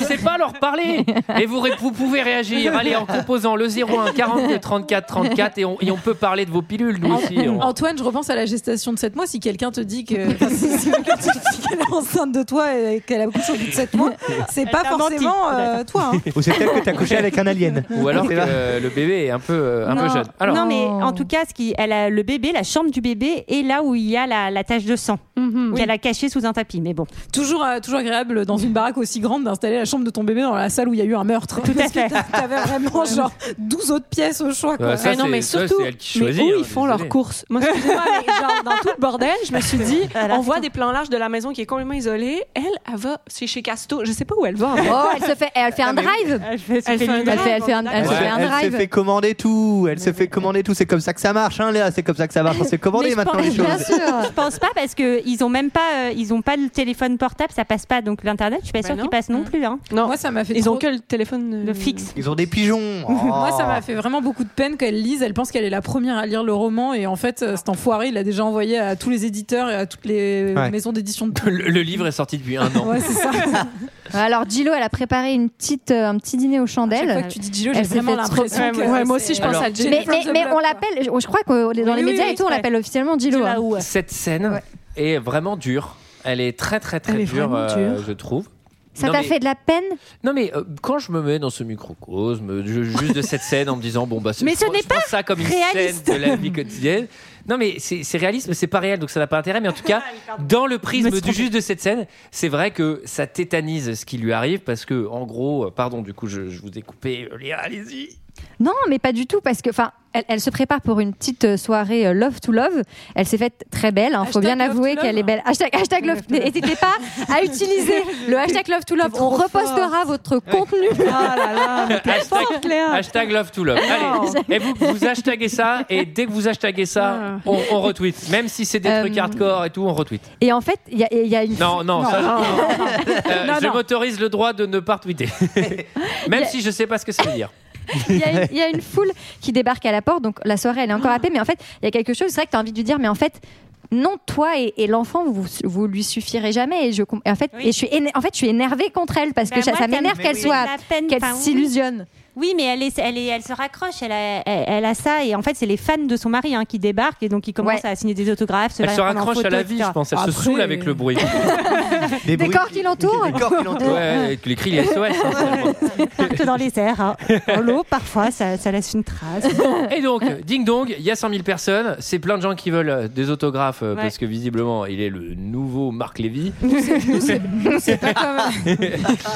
Je sais pas leur parler. Et vous, ré- vous pouvez réagir. Allez, en composant le 01 42 34 34 et on, et on peut parler de vos pilules,
Ah,
nous aussi. On-
Antoine, je repense à la gestation de 7 mois. Si quelqu'un te dit que enfin, si- si quelqu'un te dit qu'elle est enceinte de toi et qu'elle accouche au bout de 7 mois, c'est pas
t'a menti.
forcément euh, toi. hein.
Ou c'est peut-être que t'as couché avec un alien.
Ou alors que
C'est vrai.
euh, le bébé est un peu, euh, un peu jeune. Alors,
non, mais
Oh.
en tout cas, ce qui, elle a le bébé, la chambre du bébé est là où il y a la, la tache de sang
Mhm.
qu'elle a cachée sous un tapis. Mais bon,
Toujours, euh, toujours agréable dans une baraque aussi grande d'installer la chambre de ton bébé dans la salle où il y a eu un meurtre.
tout à fait.
T'avais vraiment genre 12 autres pièces au choix. Quoi.
Ouais, euh, ça,
Eh non,
c'est-
mais
seule, c'est elle qui choisit.
mais où
hein,
ils font
désolé.
leurs courses Moi, excusez-moi, mais genre, dans tout le bordel, je me suis dit, on voit des plans larges de la maison qui est complètement isolée. Elle, elle va chez, chez Casto. Je sais pas où elle va. en fait.
hein
Oh, elle se fait, elle fait un drive.
Elle fait,
Elle fait un drive.
elle fait un- elle
Elle,
se
se-
fait un
elle se
drive.
fait commander tout. Elle se fait commander tout. C'est comme ça que ça marche, hein, Léa. C'est comme ça que ça marche. On se fait commander maintenant les choses.
Je pense pas parce que ils ont même pas, euh, ils ont pas le téléphone portable, ça passe pas. Donc l'internet, je suis
Bah
pas sûre qu'il passe
Mm.
non plus. Hein.
Non.
Moi, ça m'a fait
Ils
trop-
ont
que
le
Mm.
téléphone
fixe.
Ils ont des pigeons. Oh.
Moi, ça m'a fait vraiment beaucoup de peine qu'elle lise. Elle pense qu'elle est la première à lire le roman et en fait, euh, cet enfoiré, il l'a déjà envoyé à tous les éditeurs et à toutes les
Ouais.
maisons d'édition de tout.
Le, le livre est sorti depuis un an.
Ouais, c'est ça.
Alors Gillo, elle a préparé une petite, euh, un petit dîner aux chandelles.
chaque fois que tu dis Gillo,
Elle
j'ai
s'est
vraiment
fait trop-
l'impression Ouais, que ouais, moi c'est- aussi, je pense à
Mais-
Jennifer
Mais,
the
mais
Block,
on l'appelle, je je crois que dans
Oui,
les médias
oui,
et tout, on
ouais.
l'appelle officiellement Gillo. hein.
Cette scène est vraiment dure. Elle est très très très
Elle est
dure,
vraiment
euh,
dure.
je trouve.
Ça
Non,
t'a
mais-
fait de la peine
Non mais euh, quand je me mets dans ce microcosme, je- juste de cette scène en me disant bon bah c'est-
Mais ce
je
n'est
prends
pas
ça comme une
réaliste.
scène de la vie quotidienne. Non mais c'est c'est réaliste mais c'est pas réel donc ça n'a pas intérêt mais en tout
Ah,
cas dans le prisme du juste de cette scène, c'est vrai que ça tétanise ce qui lui arrive parce que en gros euh, pardon du coup je, je vous ai coupé euh, Léa allez-y.
Non, mais pas du tout, parce que, enfin, elle, elle se prépare pour une petite euh, soirée euh, Love to Love. Elle s'est faite très belle. Il faut bien avouer qu'elle est belle. Hashtag, hashtag love. N'hésitez pas à utiliser le hashtag Love to Love. On repostera votre contenu.
Oh
hashtag, hashtag love to love.
Non.
Allez, et vous, vous hashtaguez ça, et dès que vous hashtaguez ça, on, on retweet. Même si c'est des
Euh,
trucs hardcore et tout, on retweet.
Et en fait, il y, a- il y a une.
Non, non, ça,
Non.
Euh,
Non,
je
non.
m'autorise le droit de ne pas retweeter. Même
Il y a-
si je sais pas ce que ça veut dire.
il y, a une- il y a une foule qui débarque à la porte, donc la soirée elle est encore happée, mais en fait, il y a quelque chose, c'est vrai que tu as envie de lui dire, mais en fait, non, toi et, et l'enfant, vous, vous lui suffirez jamais. Et je, com- et en, fait, et je suis éner- en fait, je suis énervée contre elle parce que
Bah,
ça,
moi,
ça m'énerve
me
qu'elle
fait
soit.
de la peine,
qu'elle
enfin, oui.
s'illusionne.
Oui, mais elle, est, elle, est- elle se raccroche, elle a, elle, elle a ça, et en fait, c'est les fans de son mari hein, qui débarquent, et donc ils commencent à signer des autographes.
Elle se
prendre en
raccroche
photo,
à la
etc.
vie, je pense. Elle se saoule avec le bruit.
Des,
corps qui l'entourent.
Ouais, avec les cris, les SOS. hein.
Partent dans les airs, hein. en l'eau, parfois, ça, ça laisse une trace.
Et donc, ding dong, il y a 100 000 personnes. C'est plein de gens qui veulent euh, des autographes euh,
Ouais.
parce que visiblement, il est le nouveau Marc Lévy.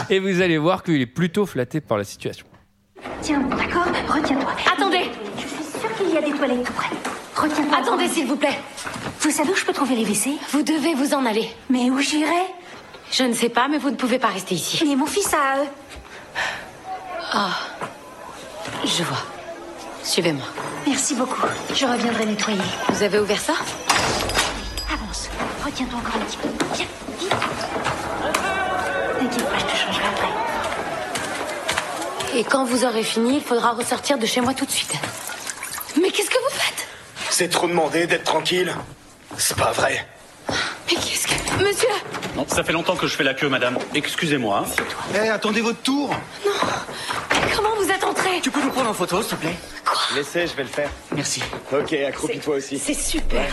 Et vous allez voir qu'il est plutôt flatté par la situation.
Tiens, bon, d'accord, retiens-toi. Attendez Je suis sûre qu'il y a des toilettes tout près. Retiens-toi. Attendez, s'il vous plaît. Vous savez où je peux trouver les WC Vous devez vous en aller. Mais où j'irai
Je ne sais pas, mais vous ne pouvez pas rester ici.
Mais mon fils a... euh,
Ah, je vois. Suivez-moi.
Merci beaucoup. Je reviendrai nettoyer.
Vous avez ouvert ça
Avance. Retiens-toi encore un petit peu. Viens, vite. T'inquiète pas, je te changerai après.
Et quand vous aurez fini, il faudra ressortir de chez moi tout de suite. Mais qu'est-ce que vous faites
C'est trop demandé d'être tranquille. C'est pas vrai.
Mais qu'est-ce que... Monsieur
Non, ça fait longtemps que je fais la queue, madame. Excusez-moi.
Eh, attendez votre tour.
Comment vous êtes entré
Tu peux nous prendre en photo, s'il te plaît Quoi L'essai, je vais le faire. Merci. Ok, accroupis-toi aussi.
C'est super.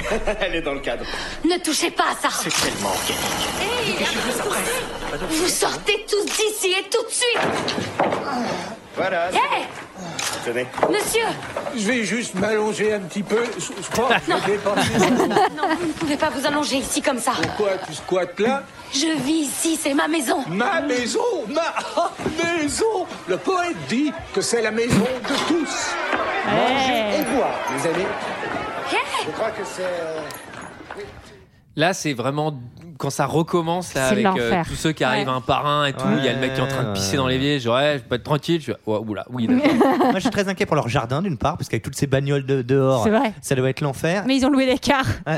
Elle est dans le cadre.
Ne touchez pas à ça.
C'est tellement organique.
Hé, Vous sortez tous d'ici et tout de suite.
Voilà.
Hé,
Tenez.
monsieur
Je vais juste m'allonger un petit peu. Je, je crois que
Non.
je vais partir.
Non, vous ne pouvez pas vous allonger ici comme ça.
Pourquoi tu squattes là
Je vis ici, c'est ma maison.
Ma maison Ma ah, maison Le poète dit que c'est la maison de tous. Manger et boire, les amis. Je crois que c'est... euh,
Là, c'est vraiment quand ça recommence là,
C'est
avec euh,
l'enfer.
tous ceux qui arrivent
Ouais.
un par un et tout. Il y a le mec qui est en train de pisser dans l'évier. Genre, ouais, je peux être tranquille. Je... suis, Ouais, oula, oui, d'accord.
Moi, je suis très inquiet pour leur jardin, d'une part, parce qu'avec toutes ces bagnoles de, dehors,
C'est vrai.
ça doit être l'enfer.
Mais ils ont loué des cars.
Ah,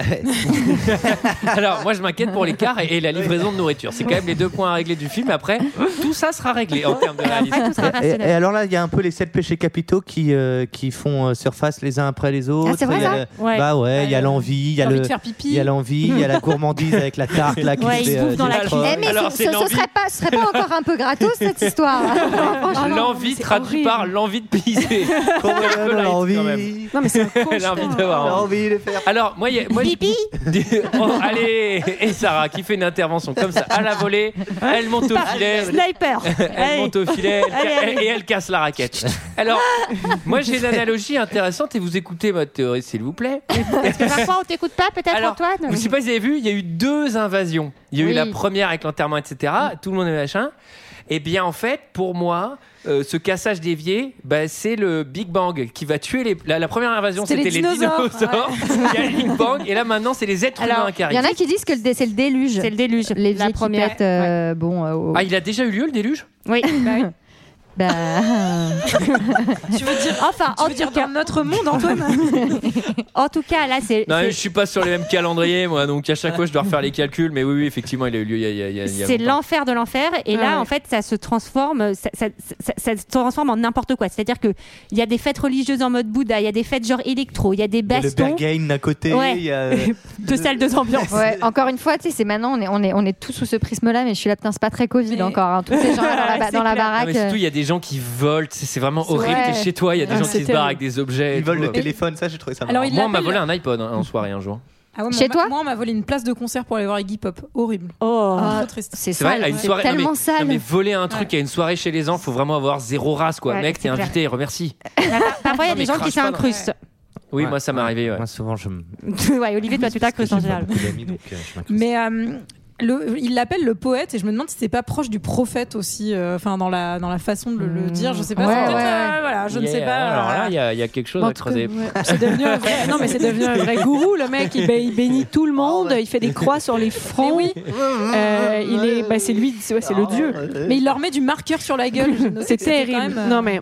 Alors, moi, je m'inquiète pour l'écart et, et la livraison de nourriture. C'est quand même les deux points à régler du film. Après, tout ça sera réglé en termes de réalisme.
Et, et alors là, il y a un peu les sept péchés capitaux qui, euh, qui font euh, surface les uns après les autres.
c'est vrai,
Il y a
ça Ouais.
Bah ouais, il y a
Ouais.
l'envie, il y a
L'envie
le,
de faire pipi.
il y a l'envie, il y a la gourmandise avec la euh, tarte là qui
Ouais,
se
il se
fait,
bouffe dans la
détruire.
cuisine. Eh, mais ce, ce- ce serait pas, ce serait pas encore un peu gratos cette histoire. oh
L'envie traduit par l'envie de pisser.
Comment
C'est un peu
elle a
light,
l'envie
quand même. L'envie d'avoir envie.
de faire.
Alors, moi, il y a- moi je- Oh, allez, et Sarah qui fait une intervention comme ça à la volée, elle monte au
Par-
filet.
Sniper.
Elle
Allez.
monte au filet elle ca-
Allez, allez.
et elle casse la raquette. Alors, moi j'ai une analogie intéressante et vous écoutez ma théorie s'il vous plaît.
Parce que parfois, on t'écoute pas, peut-être, Antoine
Je sais pas si vous avez vu, il y a eu deux invasions. Il y a eu
Oui.
la première avec l'enterrement, etc. Tout le monde est machin. Eh bien, en fait, pour moi, euh, ce cassage d'évier, bah, c'est le Big Bang qui va tuer les. La, la première invasion,
C'était
c'était
les
les dinosaures.
dinosaures,
Il y a le Big Bang, et là maintenant, c'est les êtres humains qui
il y
arrivent.
en a qui disent que le dé- c'est le déluge. C'est le
déluge.
Les vieux qui pètent, euh, bon. euh, au-
Ah, il a déjà eu lieu le déluge
Oui.
Bah,
Tu veux dire enfin en tout cas
notre monde Antoine
En tout cas là c'est
Non,
c'est-
mais je suis pas sur les mêmes calendriers, moi, donc à chaque fois, je dois refaire les calculs. Mais oui, oui, effectivement, il a eu lieu il y a. il y a- il y a- il y a
c'est
longtemps.
l'enfer de l'enfer et
Ah
là
ouais.
en fait ça se transforme ça, ça- ça- ça se transforme en n'importe quoi c'est à dire que il y a des fêtes religieuses en mode Bouddha il y a des fêtes genre électro il y a des
Il y a le
bastons
Berghain à côté.
Ouais.
il y a- euh,
deux salles deux ambiances
ouais, encore une fois, tu sais, c'est maintenant, on est, on, est, on est tous sous ce prisme-là, mais je suis là, putain, c'est pas très Covid encore. hein. Tous ces gens dans la, ba- dans la
Non,
baraque. euh,
mais surtout, il y a des gens qui volent. C'est c'est vraiment
C'est
horrible.
vrai.
T'es chez toi, il y a des
Ah,
gens
c'est
qui se barrent
terrible.
avec des objets. et
Ils volent
tout. euh.
le téléphone, ça, j'ai trouvé ça
Alors,
marrant.
il
Moi, on m'a
l'appelle-
volé un iPod hein, en soirée un jour.
Ah ouais, mais
Chez
on m'a-
toi
Moi, on m'a volé une place de concert pour aller voir Iggy Pop. Horrible.
Oh,
Ah.
trop triste.
C'est
C'est vrai, à une soirée. non, mais- non, mais voler un truc à une soirée chez les gens, faut vraiment avoir zéro race, quoi.
Ouais,
Mec, t'es
c'est clair.
invité, remercie.
parfois il y
Non,
a
mais
des gens qui
crache pas dans-
s'incrustent
Oui, moi, ça m'est arrivé. ouais.
Moi, souvent, je me.
ouais Olivier toi tu t'incrustes en général
Mais euh, le- il l'appelle le poète et je me demande si c'est pas proche du prophète aussi, euh, enfin dans la dans la façon de le, le dire. Je sais pas.
Ouais,
c'est peut-être,
ouais,
euh,
ouais.
voilà, je ne
Yeah,
sais pas.
Alors
euh,
là, il y, a- il y a quelque chose
En
à
tout cas,
creuser.
ouais.
C'est devenu un vrai- non mais c'est devenu un vrai gourou le mec il, bé- il bénit tout le monde il fait des croix sur les fronts
Ah,
Euh, il est bah, c'est lui ouais, c'est le dieu
Mais il leur met du marqueur sur la gueule. J'ai noté
c'est
que c'était quand
terrible
même, euh,
non mais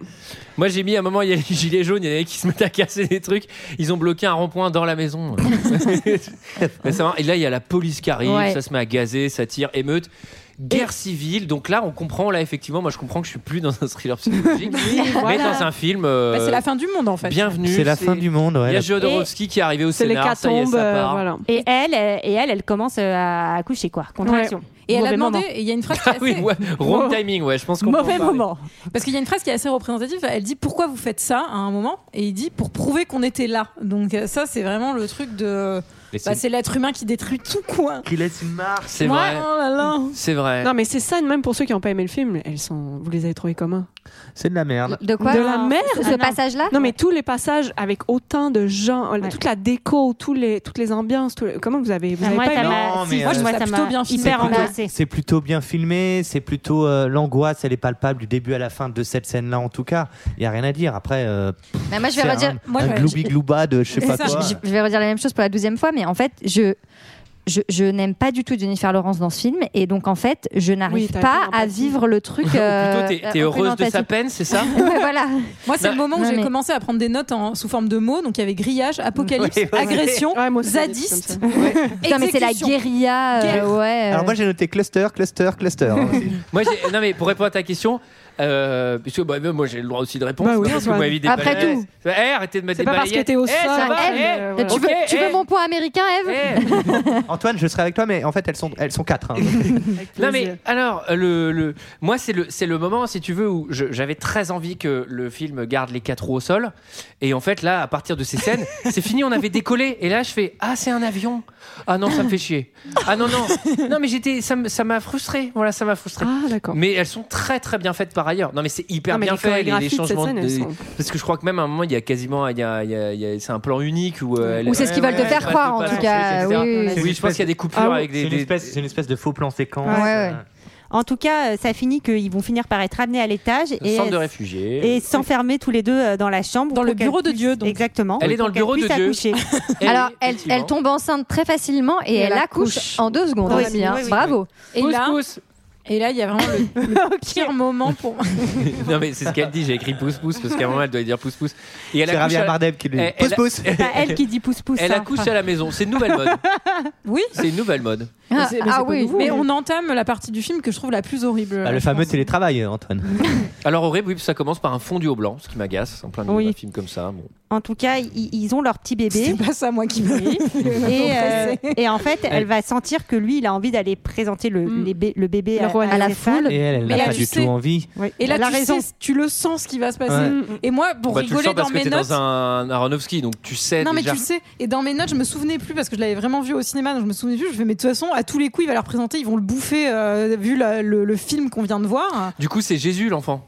Moi, j'ai mis à un moment, il y a les gilets jaunes, il y en a qui se mettent à casser des trucs. Ils ont bloqué un rond-point dans la maison. Mais ça va. et là, il y a la police qui arrive,
Ouais.
ça se met à gazer, ça tire, émeute. Guerre civile, donc là on comprend, là effectivement, moi je comprends que je suis plus dans un thriller psychologique, mais
Voilà.
dans un film.
bah,
euh,
c'est la fin du monde en fait.
Bienvenue.
C'est la fin du monde, ouais.
Il y a
La-
Jodorowsky qui est arrivé au
C'est les
scénar, ça y est, ça
catombes, euh,
part.
voilà.
et elle euh, et elle elle commence euh, à coucher quoi contraction
Ouais. Et elle a
Mauvais
demandé,
moment.
et il y a une phrase qui est
Ah oui,
assez-
ouais, wrong timing, ouais, je pense qu'on peut en
Mauvais
parler.
moment. Parce qu'il y a une phrase qui est assez représentative. Elle dit pourquoi vous faites ça à un moment et il dit pour prouver qu'on était là. Donc euh, ça c'est vraiment le truc de.
Mais
Bah,
c'est-
c'est l'être humain qui détruit tout quoi.
Qui laisse une marque.
C'est
Ouais,
vrai.
oh là là.
C'est vrai.
non mais ces scènes même pour ceux qui n'ont pas aimé le film elles sont vous les avez trouvées comment
C'est de la merde.
De quoi
de la
Non,
merde
ce- ce passage-là
non mais tous les passages avec autant de gens euh, toute la déco tous les toutes les ambiances tout le- comment vous avez vous
Ah,
avez
moi,
pas
ça
aimé
m'a-
Non,
si,
mais,
moi, je
euh,
vois
ça
ça
plutôt
m'a
bien filmé.
hyper
C'est plutôt-
angoissée
C'est plutôt bien filmé, c'est plutôt euh, l'angoisse, elle est palpable du début à la fin de cette scène-là en tout cas. Il y a rien à dire. Après, euh, pff,
Mais Ben, moi, Bah, je vais
c'est
redire-
un,
moi,
un
je-
gloubi glouba de je sais pas
C'est ça,
quoi. Euh,
Je, je vais redire la même chose pour la douzième fois, mais en fait, je. Je, je n'aime pas du tout Jennifer Lawrence dans ce film et donc en fait je n'arrive
Oui, t'as
pas
aucune
à vivre le truc. euh,
Plutôt, t'es- t'es
euh, aucune
heureuse de sa
empathie.
peine, c'est ça
Ouais, voilà.
Moi, c'est
Non.
le moment où
Non,
j'ai
mais-
commencé à prendre des notes en, sous forme de mots. Donc, il y avait grillage, apocalypse,
Ouais, ouais, ouais.
agression,
Ouais, moi aussi, j'ai des trucs
zadiste.
Putain, mais c'est la
exécution.
guérilla. euh,
Guerre.
ouais. euh,
Alors moi j'ai noté cluster, cluster, cluster. hein, aussi.
Moi, j'ai- non, mais pour répondre à ta question, euh, puisque bah, moi j'ai le droit aussi de répondre.
Bah oui,
c'est pas parce que vous
Antoine.
m'avez mis des
Après
balayettes.
tout.
Eh, arrêtez de mettre
C'est
des
pas parce que
balayettes.
t'es au
Eh, ça
sol,
va,
Eve.
eh,
Euh,
Tu,
voilà.
veux,
ok,
tu veux
eh.
mon point américain, Eve
Eh.
Antoine, je serais avec toi, mais en fait elles sont elles sont quatre. hein.
non mais alors euh, le, le- moi c'est le c'est le moment si tu veux où je- j'avais très envie que le film garde les quatre roues au sol et en fait là à partir de ces scènes c'est fini on avait décollé et là je fais ah c'est un avion ah non ça me fait chier ah non non non mais j'étais ça me- ça m'a frustré voilà ça m'a frustré
ah d'accord
Mais elles sont très très bien faites par ailleurs. Non mais c'est hyper
Non, mais
bien
les
fait les,
chorégraphies
les
de cette
changements.
scène,
de-
elles sont-
Parce que je crois que même à un moment il y a quasiment il y a- il y a- il y a- c'est un plan unique où euh, elle-
Ou c'est ce qu'ils
Ouais,
veulent te
ouais,
faire
elle
croire,
peut
en
pas
tout
lancer,
cas,
etc.
oui, oui.
Oui, je pense qu'il y a des coupures avec des,
C'est une
des-
espèce c'est une espèce de faux plan séquence.
Ouais, ouais.
en tout cas euh, ça finit qu'ils vont finir par être amenés à l'étage et euh,
centres de réfugiés.
et s'enfermer tous les deux euh, dans la chambre
Dans
pour
le
qu'elle
bureau de
puisse-
Dieu, donc.
exactement
Elle est dans
pour
le
qu'elle
bureau de
puisse
Dieu.
accoucher.
Et-
Alors,
eh,
elle,
effectivement.
elle tombe enceinte très facilement et,
Et
elle,
elle
accouche,
accouche.
en deux secondes
Dans la
aussi.
minute,
hein.
oui, oui.
Bravo.
Et
Pousse,
là,
pousse.
et là, il y a vraiment le, le pire moment pour
Ah,
moi.
Non mais c'est ce qu'elle dit. J'ai écrit pouce pouce parce qu'à un moment elle doit dire pouce pouce. Et elle
C'est Ravi
accouche à-
Bardem qui lui
elle-
pousse
elle-
pousse.
Pas elle qui dit pouce pouce
Elle
hein.
accouche à la maison. C'est une nouvelle mode.
Oui.
C'est une nouvelle mode.
Ah,
c'est- mais
ah
c'est pas
oui.
nouveau.
Mais on entame la partie du film que je trouve la plus horrible.
Bah, le
je
fameux
pense.
télétravail, Antoine.
Alors horrible. Oui, ça commence par un fondu au blanc, ce qui m'agace en plein milieu
Oui.
d'un film comme ça. Bon.
en tout cas i- ils ont leur petit bébé
C'est pas ça, moi qui me.
et, euh,
Compressé.
et en fait elle va sentir que lui il a envie d'aller présenter le,
Mm.
les bé- le bébé
Le
à,
roi
à la
des
foule
Et elle, elle
Mais
n'a
là,
pas
tu
du
sais-
tout envie.
Ouais.
Et là,
elle a
tu,
raison
sais- tu le sens ce qui va se passer.
Ouais.
Et moi, pour
Bah, tu le
rigoler
sens parce
dans
que
mes
t'es
notes.
dans un Aronofsky, donc tu sais
Non mais
déjà.
tu le sais, et dans mes notes je me souvenais plus parce que je l'avais vraiment vu au cinéma, donc je me souvenais plus, je fais mais de toute façon à tous les coups il va leur présenter, ils vont le bouffer euh, vu la- le, le film qu'on vient de voir.
Du coup, c'est Jésus l'enfant.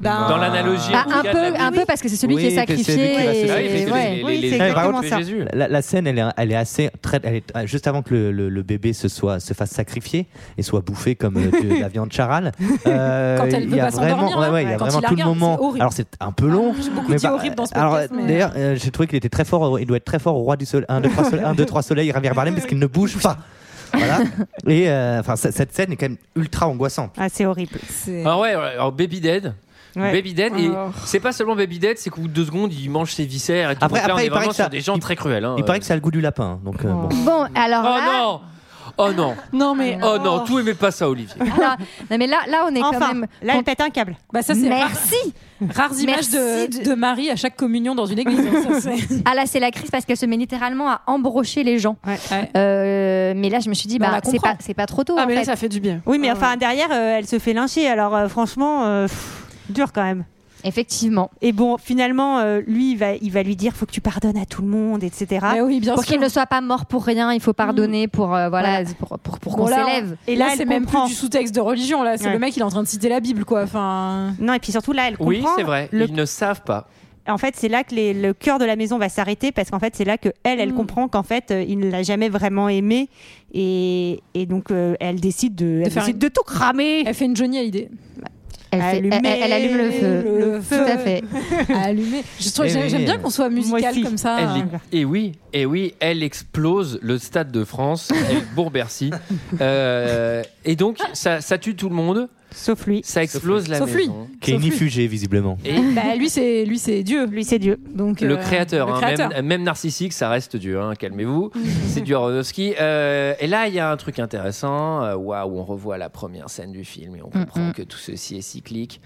Ben,
Ah.
Dans l'analogie,
Bah,
en tout
un
cas,
peu,
de la- Ah, bah,
un peu parce que c'est celui qui est sacrifié. et- ouais.
La, la scène, elle est, elle est assez. Très, elle est, euh, juste avant que le, le- le bébé se, soit, se fasse sacrifier et soit bouffé comme euh, de la viande charale. euh,
Quand elle
il
peut
y a
pas
vraiment,
s'endormir, là.
ouais, ouais, il y a
Quand
vraiment
il la
tout le
regarde,
moment.
c'est horrible.
Alors c'est un peu long.
J'ai beaucoup
mais
dit
bah,
horrible dans ce
alors,
podcast, mais-
D'ailleurs, euh, j'ai trouvé qu'il était très fort. au- Il doit être très fort au roi du soleil. 1, 2, 3 soleil, un, deux, trois soleil, Javier Bardem, parce qu'il ne bouge pas. Voilà. Et euh, enfin, c- cette scène est quand même ultra angoissante.
Ah, c'est horrible.
Ah ouais, ouais, alors Baby Dead.
Ouais.
Baby Dead, et
Oh.
Alors.
c'est pas seulement Baby Dead, c'est qu'au bout de deux secondes, il mange ses viscères et tout.
Après-
Donc là,
après,
on est
il paraît
vraiment
que ça-
sur des gens très cruels. hein.
Il paraît que ça a le goût du lapin. Donc, euh, bon.
Bon, alors
Oh
là,
non Oh non
Non, mais.
Oh non, tout aimait pas ça, Olivier.
alors- non, mais là, là, on est
Enfin,
quand même.
là, elle pète un câble.
Bah, ça, c'est
Merci.
Rares images
Merci
de, de Marie à chaque communion dans une église. hein, ça, c'est-
Ah là, c'est la crise parce qu'elle se met littéralement à embrocher les gens. Euh, mais là, je me suis dit,
Mais on
bah,
la
c'est
comprend.
pas, c'est pas trop tôt.
Ah,
en fait.
du bien.
Oui, mais enfin, derrière, euh, elle se fait lyncher. Alors, euh, franchement, euh, pff, dur quand même.
Effectivement.
Et bon, finalement, euh, lui, il va, il va lui dire faut que tu pardonnes à tout le monde, etc.
pour qu'il ne soit pas mort pour rien, il faut pardonner pour euh, voilà, pour, pour, pour qu'on
Bon, là,
s'élève.
Et là, c'est même plus du sous-texte de religion. Là, c'est
Ouais.
le mec, il est en train de citer la Bible, quoi. Enfin.
Non, et puis surtout, là, elle comprend.
Oui, c'est vrai,
le-
ils ne savent pas.
En fait, c'est là que les- le cœur de la maison va s'arrêter parce qu'en fait, c'est là que elle, elle comprend qu'en fait, euh, il ne l'a jamais vraiment aimé et, et donc euh, elle décide de, elle décide de tout cramer.
Elle fait une Johnny Hallyday.
Elle, fait- elle- elle- elle allume le feu.
Le
Tout à fait.
Allumer. Je trouve-
Eh
J'aime
oui.
j'aime bien qu'on soit musical comme
Ah.
ça.
et oui, et oui, elle explose le stade de France avec Bourg-Bercy. Euh, et donc, ça, ça tue tout le monde.
Sauf lui.
Ça explose la
Sauf lui.
maison.
Qui est
Sauf lui.
inifugé, visiblement.
Et
Bah, lui, c'est lui, c'est Dieu.
Lui, c'est Dieu.
Donc
le
euh,
créateur,
le
hein,
créateur.
Même, même narcissique, ça reste Dieu, hein, calmez-vous. c'est du Aronofsky. Euh, et là, il y a un truc intéressant. euh, Waouh, on revoit la première scène du film et
Mm,
on comprend que tout ceci est cyclique.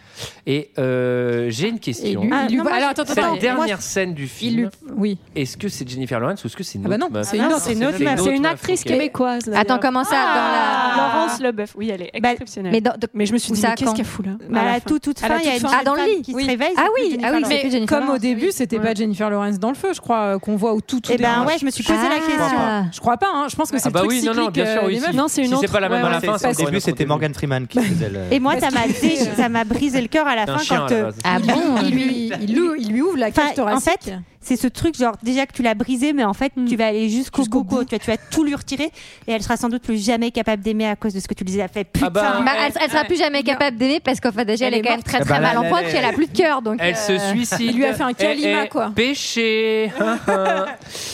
Et euh, j'ai une
Et
question.
lui, il lui-
non, moi,
alors attends, attends,
Cette
attends.
dernière
Moi,
scène du
il lui-
film,
oui.
est-ce que c'est Jennifer Lawrence ou est-ce que c'est une
Ah bah
autre
non,
meuf
c'est une autre, c'est une autre meuf.
C'est une actrice
ok.
québécoise. d'ailleurs.
Attends, comment ça
Ah,
dans la...
Laurence Leboeuf, oui, elle est exceptionnelle.
mais, dans- de-
Mais je me suis
où
dit,
ça,
mais qu'est-ce
quand
qu'elle fout là
Bah,
À
à
la
la
fin.
toute, toute
À la
fin, il y a
toute
une
fin.
Ah, dans le
femme
lit.
qui
Oui.
se réveille.
Ah
c'est
oui,
plus Jennifer
ah oui, c'est
Lawrence.
plus Jennifer
Comme au début, c'était pas Jennifer Lawrence dans le feu, je crois, euh, qu'on voit au tout tout
Eh ben,
début.
ouais, je me suis posé la
Ah.
question.
Je crois pas. Je crois pas, hein. je pense que c'est
Ah bah
le truc
oui, non, non,
cyclique,
bien sûr,
euh,
oui,
des
si.
meufs.
Non, c'est une
Si c'est
autre.
pas la même
Ouais,
à la
ouais,
fin,
Au
c'est
début, c'était
Morgan.
Morgan Freeman qui faisait le.
Et moi,
Parce
ça m'a, ça m'a brisé le cœur à la
C'est
fin
un chien,
quand.
à la
euh,
base.
Ah
il-
bon
il lui-
Il lui, il lui ouvre la cage
Enfin, en
thoracique.
fait, c'est ce truc genre déjà que tu l'as brisé, mais en fait tu vas aller jusqu'au
Mm. Jusqu'au
gogo, tu, vas, tu vas tout lui retirer et elle sera sans doute plus jamais capable d'aimer à cause de ce que tu lui as fait. Putain.
Ah bah,
Bah, elle, elle sera plus jamais capable d'aimer parce qu'en fait déjà elle, est quand même très
Ah
très
bah,
mal
là,
en
là,
point
là,
puis elle a plus de cœur donc
Elle
euh,
se suicide.
il lui a fait un
Eh,
kalima,
eh,
quoi.
Péché.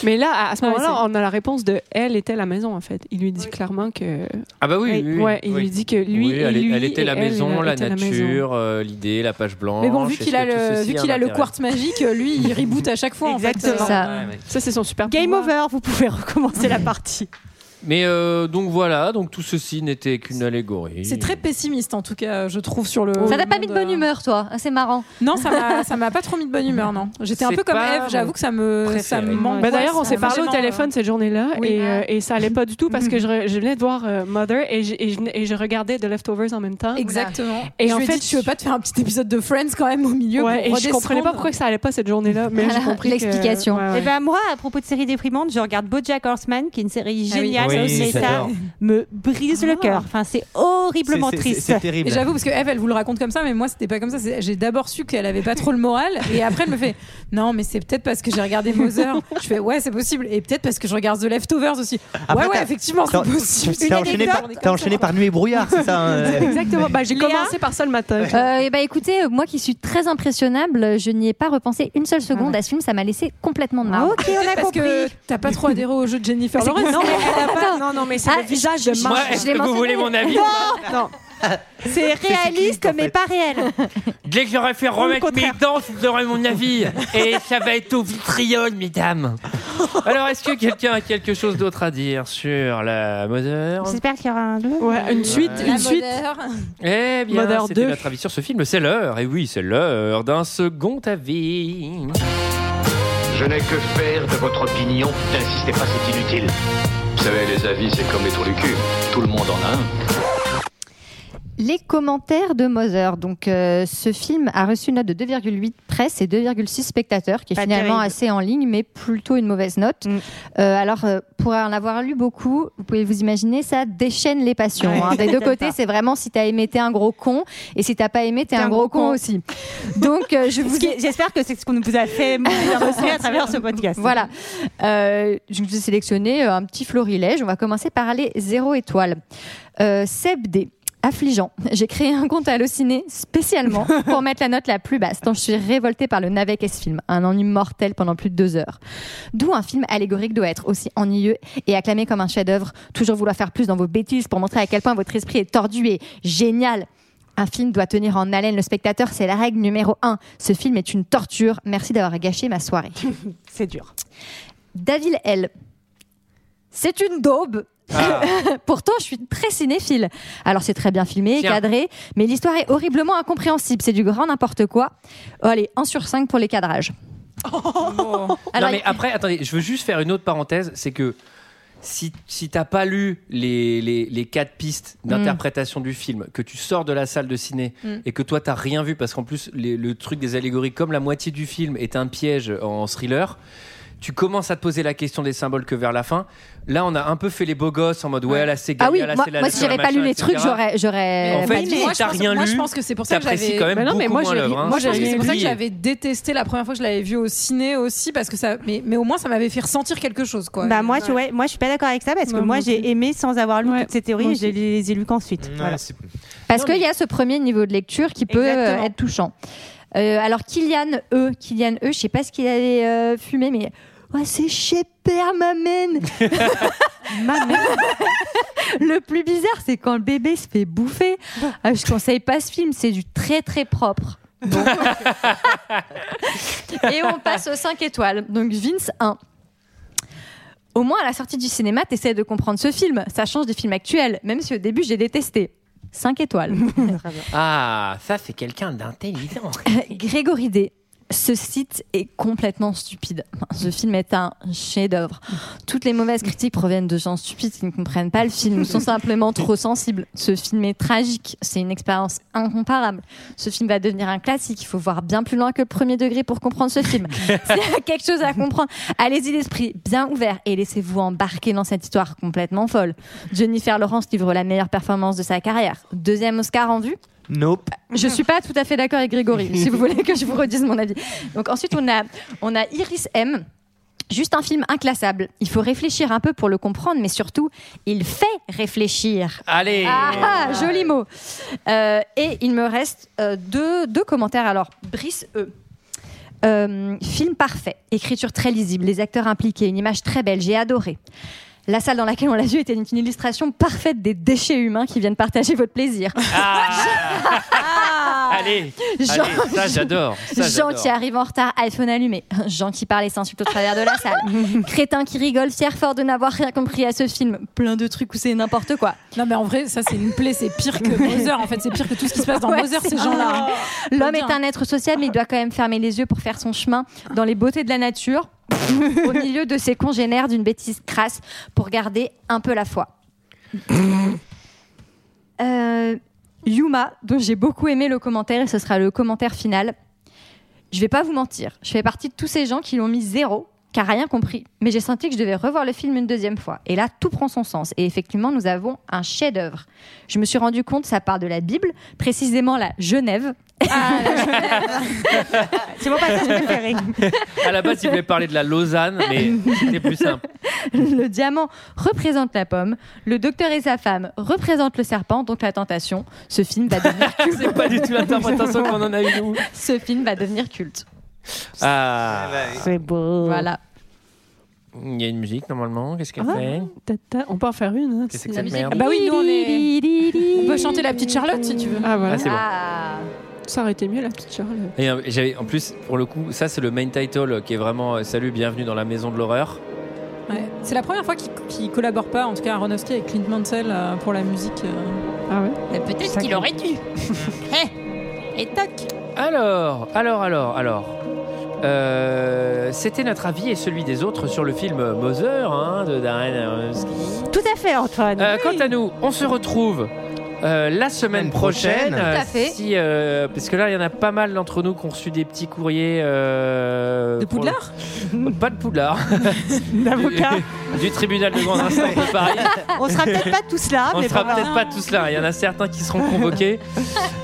Mais là, à- à ce
Ouais,
moment-là,
c'est-
on a la réponse de elle était la maison en fait. Il lui dit clairement que.
Ah bah oui, oui, oui,
Ouais, il
oui.
lui dit que lui.
Oui,
et
elle, est-
lui
elle était
et
la
elle
maison, la
était
nature, euh, l'idée, la page blanche.
Mais bon, vu
est-ce
qu'il a
que tout
le,
ceci
vu qu'il a le
intérêt
quartz magique, euh, lui, il reboot à chaque fois. en fait.
Exactement.
C'est ça.
Ouais, mais-
Ça, c'est son super.
Game
pouvoir.
over, vous pouvez recommencer la partie.
Mais euh, donc voilà, donc tout ceci n'était qu'une allégorie.
C'est très pessimiste en tout cas, je trouve sur le.
ça t'a
le
pas mis de
monde,
bonne humeur toi Ah, c'est marrant
euh, Non, ça m'a- ça m'a pas trop mis de bonne humeur, non. J'étais un
C'est
peu comme
pas
Eve, j'avoue que ça me, ça
préféré.
me manque.
Bah, D'ailleurs, on
Ça
s'est
m'a
parlé au
vraiment,
téléphone cette journée-là
oui. Mm.
et, euh, et ça allait pas du tout parce que je, re- je venais de voir euh, Mother et je, et je venais- et je regardais The Leftovers en même temps.
euh, Exactement.
Et
Et je
en
lui ai
fait,
dit, tu veux pas te faire un petit épisode de Friends quand même au milieu
Ouais,
pour
et je comprenais
redescendre
pas pourquoi ça allait pas cette journée-là, mais j'ai
Voilà,
compris que-
l'explication.
ouais, ouais.
Et ben moi, à propos de séries déprimantes, je regarde BoJack Horseman, qui est une série
Ah oui.
géniale,
Oui,
mais ça
j'adore.
me brise le cœur. Enfin, c'est horriblement
C'est- c'est-
triste.
C'est
Et
terrible.
j'avoue, parce que Eve, elle vous le raconte comme ça, mais moi, c'était pas comme ça. C'est- J'ai d'abord su qu'elle avait pas trop le moral, et après, elle me fait Non, mais c'est peut-être parce que j'ai regardé Mother. Je fais Ouais, c'est possible. Et peut-être parce que je regarde The Leftovers aussi.
Après,
ouais, ouais,
t'as-
effectivement, c'est
t'as-
possible.
T'as enchaîné, par, t'as enchaîné par nuit et brouillard, c'est ça hein, euh,
Exactement. Bah, j'ai
Léa
commencé par ça le matin.
Euh, eh ben, écoutez, euh, moi qui suis très impressionnable, euh, je n'y ai pas repensé une seule seconde à ce film, ça m'a laissé complètement de marre.
Ok, on a
Parce
compris.
que t'as pas trop adhéré au jeu de Jennifer Lawrence.
Non, mais elle a pas- non, non, mais c'est
Ah,
le visage de
Moi,
Marge.
est-ce
Je l'ai
que vous
mentionné.
voulez mon avis
Non, c'est réaliste, mais pas réel.
Dès que j'aurais fait remettre mes
contraire.
dents, je vous donnerai mon avis. Et ça va être au vitriol, mesdames. Alors, est-ce que quelqu'un a quelque chose d'autre à dire sur la Mother
J'espère qu'il y aura un deux.
Ouais, une suite, une suite.
Eh bien,
Mother
c'était
2.
notre avis sur ce film. C'est l'heure, et oui, c'est l'heure d'un second avis.
Je n'ai que faire de votre opinion. N'insistez pas, c'est inutile.
Vous savez, les avis, c'est comme les trous du cul. Tout le monde en a un.
Les commentaires de Mother. Donc, euh, ce film a reçu une note de 2,8 presse et 2,6 spectateurs, qui est
Pas
finalement
terrible.
assez en ligne, mais plutôt une mauvaise note. Euh, alors, euh, pour en avoir lu beaucoup, vous pouvez vous imaginer, ça déchaîne les passions.
Ouais.
hein. Des deux
T'aimes
côtés,
pas.
c'est vraiment si t'as aimé, t'es un gros con, et si t'as pas aimé, t'es un, gros, con aussi. Donc, euh, je vous.
J'espère que c'est ce qu'on nous a fait ressentir à travers ce podcast.
Voilà. Euh, je vous ai sélectionné euh, un petit florilège. On va commencer par les zéro étoiles. Euh, Seb D. Affligeant. J'ai créé un compte Allociné spécialement pour mettre la note la plus basse, tant je suis révoltée par le navet qu'est ce film. Un ennui mortel pendant plus de deux heures. D'où un film allégorique doit être aussi ennuyeux et acclamé comme un chef-d'œuvre. Toujours vouloir faire plus dans vos bêtises pour montrer à quel point votre esprit est tordu et génial. Un film doit tenir en haleine le spectateur, c'est la règle numéro un. Ce film est une torture. Merci d'avoir gâché ma soirée.
c'est dur.
David L. C'est une daube.
Ah.
Pourtant, je suis très cinéphile. Alors, c'est très bien filmé,
Tiens.
cadré, mais l'histoire est horriblement incompréhensible. C'est du grand n'importe quoi. Oh, allez, 1 sur 5 pour les cadrages. Oh. Alors,
non, mais après, attendez, je veux juste faire une autre parenthèse, c'est que si, si t'as pas lu les, les, les quatre pistes
Mm.
d'interprétation du film, que tu sors de la salle de ciné
Mm.
et que toi t'as rien vu, parce qu'en plus les- le truc des allégories, comme la moitié du film est un piège en thriller. Tu commences à te poser la question des symboles que vers la fin. Là, on a un peu fait les beaux gosses en mode ouais, là c'est Gaïa,
Ah oui,
là,
moi,
c'est la
moi, si
nature,
j'avais
la
pas lu
machin,
les
etc.
trucs, j'aurais, j'aurais.
En fait,
pas
si
dit.
t'as rien
moi,
lu,
Euh, bah, je pense que c'est pour ça que
t'apprécies
j'avais.
quand même
Mais Bah non, mais
beaucoup
moi,
moins
je l'ai-
l'œuvre, hein.
moi,
Je pense
j'avais-
que
c'est pour ça que
c'est-
j'avais détesté la première fois que je l'avais vu au ciné aussi parce que ça. Mais, mais au moins, ça m'avait fait ressentir quelque chose, quoi.
Bah moi, je, ouais, moi, je suis pas d'accord avec ça parce que
Ouais,
moi,
moi
j'ai aimé sans avoir lu toutes ces
moi
théories.
aussi.
Je les ai lues qu'ensuite. Voilà.
Parce qu'il y a ce premier niveau de lecture qui peut euh,
Exactement.
être touchant. Euh, alors, Kylian E, Kylian E, je sais pas ce qu'il avait euh, fumé, mais. Ouais, c'est chez Père Mamène Le plus bizarre, c'est quand le bébé se fait bouffer. Ah, je conseille pas ce film, c'est du très très propre. Donc- Et on passe aux 5 étoiles. Donc Vince 1. Au moins à la sortie du cinéma, t'essaies de comprendre ce film. Ça change des films actuels, même si au début j'ai détesté. 5 étoiles.
Ah, ça c'est quelqu'un d'intelligent.
Grégory D. Ce site est complètement stupide. Enfin, Ce film est un chef-d'œuvre. Toutes les mauvaises critiques proviennent de gens stupides qui ne comprennent pas le film ou sont simplement trop sensibles. Ce film est tragique. C'est une expérience incomparable. Ce film va devenir un classique. Il faut voir bien plus loin que le premier degré pour comprendre ce film. C'est quelque chose à comprendre. Allez-y l'esprit bien ouvert et laissez-vous embarquer dans cette histoire complètement folle. Jennifer Lawrence livre la meilleure performance de sa carrière. Deuxième Oscar en vue.
Nope.
Je suis pas tout à fait d'accord avec Grégory, si vous voulez que je vous redise mon avis. Donc ensuite, on a, on a Iris M. Juste un film inclassable. Il faut réfléchir un peu pour le comprendre, mais surtout, il fait réfléchir.
Allez
Ah, ah, joli mot. Euh, et il me reste euh, deux, deux commentaires. Alors, Brice E. Euh, film parfait, écriture très lisible, les acteurs impliqués, une image très belle, j'ai adoré. La salle dans laquelle on l'a vu était une illustration parfaite des déchets humains qui viennent partager votre plaisir.
Ah.
Ah.
Allez,
Jean-
allez, ça j'adore. ça,
Jean
j'adore.
qui arrive en retard, iPhone allumé. Jean qui parle et s'insulte au travers de la salle. Crétin qui rigole, fier fort de n'avoir rien compris à ce film. Plein de trucs où c'est n'importe quoi.
Non, mais en vrai, ça, c'est une plaie. C'est pire que Mother. En fait, c'est pire que tout ce qui se passe dans
Ouais,
Mother,
c'est
ces gens-là.
vrai. L'homme est un être social, mais il doit quand même fermer les yeux pour faire son chemin dans les beautés de la nature, au milieu de ses congénères d'une bêtise crasse, pour garder un peu la foi. Euh, Yuma, dont j'ai beaucoup aimé le commentaire, et ce sera le commentaire final. Je vais pas vous mentir, je fais partie de tous ces gens qui l'ont mis zéro, car rien compris, mais j'ai senti que je devais revoir le film une deuxième fois. Et là, tout prend son sens. Et effectivement, nous avons un chef-d'œuvre. Je me suis rendu compte, ça part de la Bible, précisément la Genève.
C'est mon passage préféré.
À la base, il voulait parler de la Lausanne, mais c'était plus simple.
le diamant représente la pomme, le docteur et sa femme représentent le serpent, donc la tentation. Ce film va devenir culte.
C'est pas du tout l'interprétation qu'on en a eu nous.
Ce film va devenir culte.
Ah,
c'est beau.
Voilà.
Il y a une musique normalement. Qu'est-ce qu'elle
Ah.
fait
On peut en faire une.
Qu'est-ce que c'est que cette merde
Bah oui, nous, on est- On peut chanter la petite Charlotte si tu veux. Ah,
voilà. Ah, c'est bon.
Ça aurait été mieux, la petite Charlotte.
Et euh, j'avais en plus pour le coup, ça c'est le main title euh, qui est vraiment euh, salut, bienvenue dans la maison de l'horreur.
Ouais. C'est la première fois qu'ils qu'ils collaborent pas, en tout cas Aronofsky avec Clint Mansell euh, pour la musique. Ah ouais
Peut-être qu'il aurait dû. Eh, Et toc.
Alors, alors, alors, alors. Euh, C'était notre avis et celui des autres sur le film Mother hein, de Darren Aronofsky.
Tout à fait, Antoine.
Euh, Quant à nous, on se retrouve euh, la semaine prochaine.
prochaine. Tout à fait.
Si, euh, parce que là, il y en a pas mal d'entre nous qui ont reçu des petits courriers. euh,
De
pour-
Poudlard
Pas de Poudlard.
D'avocat.
du tribunal de grande instance de Paris.
On sera peut-être pas tous là,
On ne
mais
sera
bon,
peut-être pas tous là. Il y en a certains qui seront convoqués.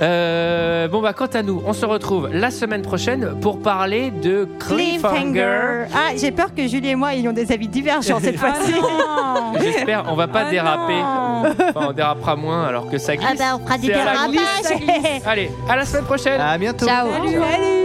Euh, bon, bah, quant à nous, on se retrouve la semaine prochaine pour parler de Cliffhanger.
Cliffhanger. Ah, j'ai peur que Julie et moi ayons des avis divergents cette fois-ci.
Ah J'espère, on va pas déraper. Enfin, on dérapera moins alors que ça glisse.
Ah bah, on fera du
C'est à la
dérapage.
glisse, ça glisse. Allez, à la semaine prochaine. À bientôt.
Ciao. Salut.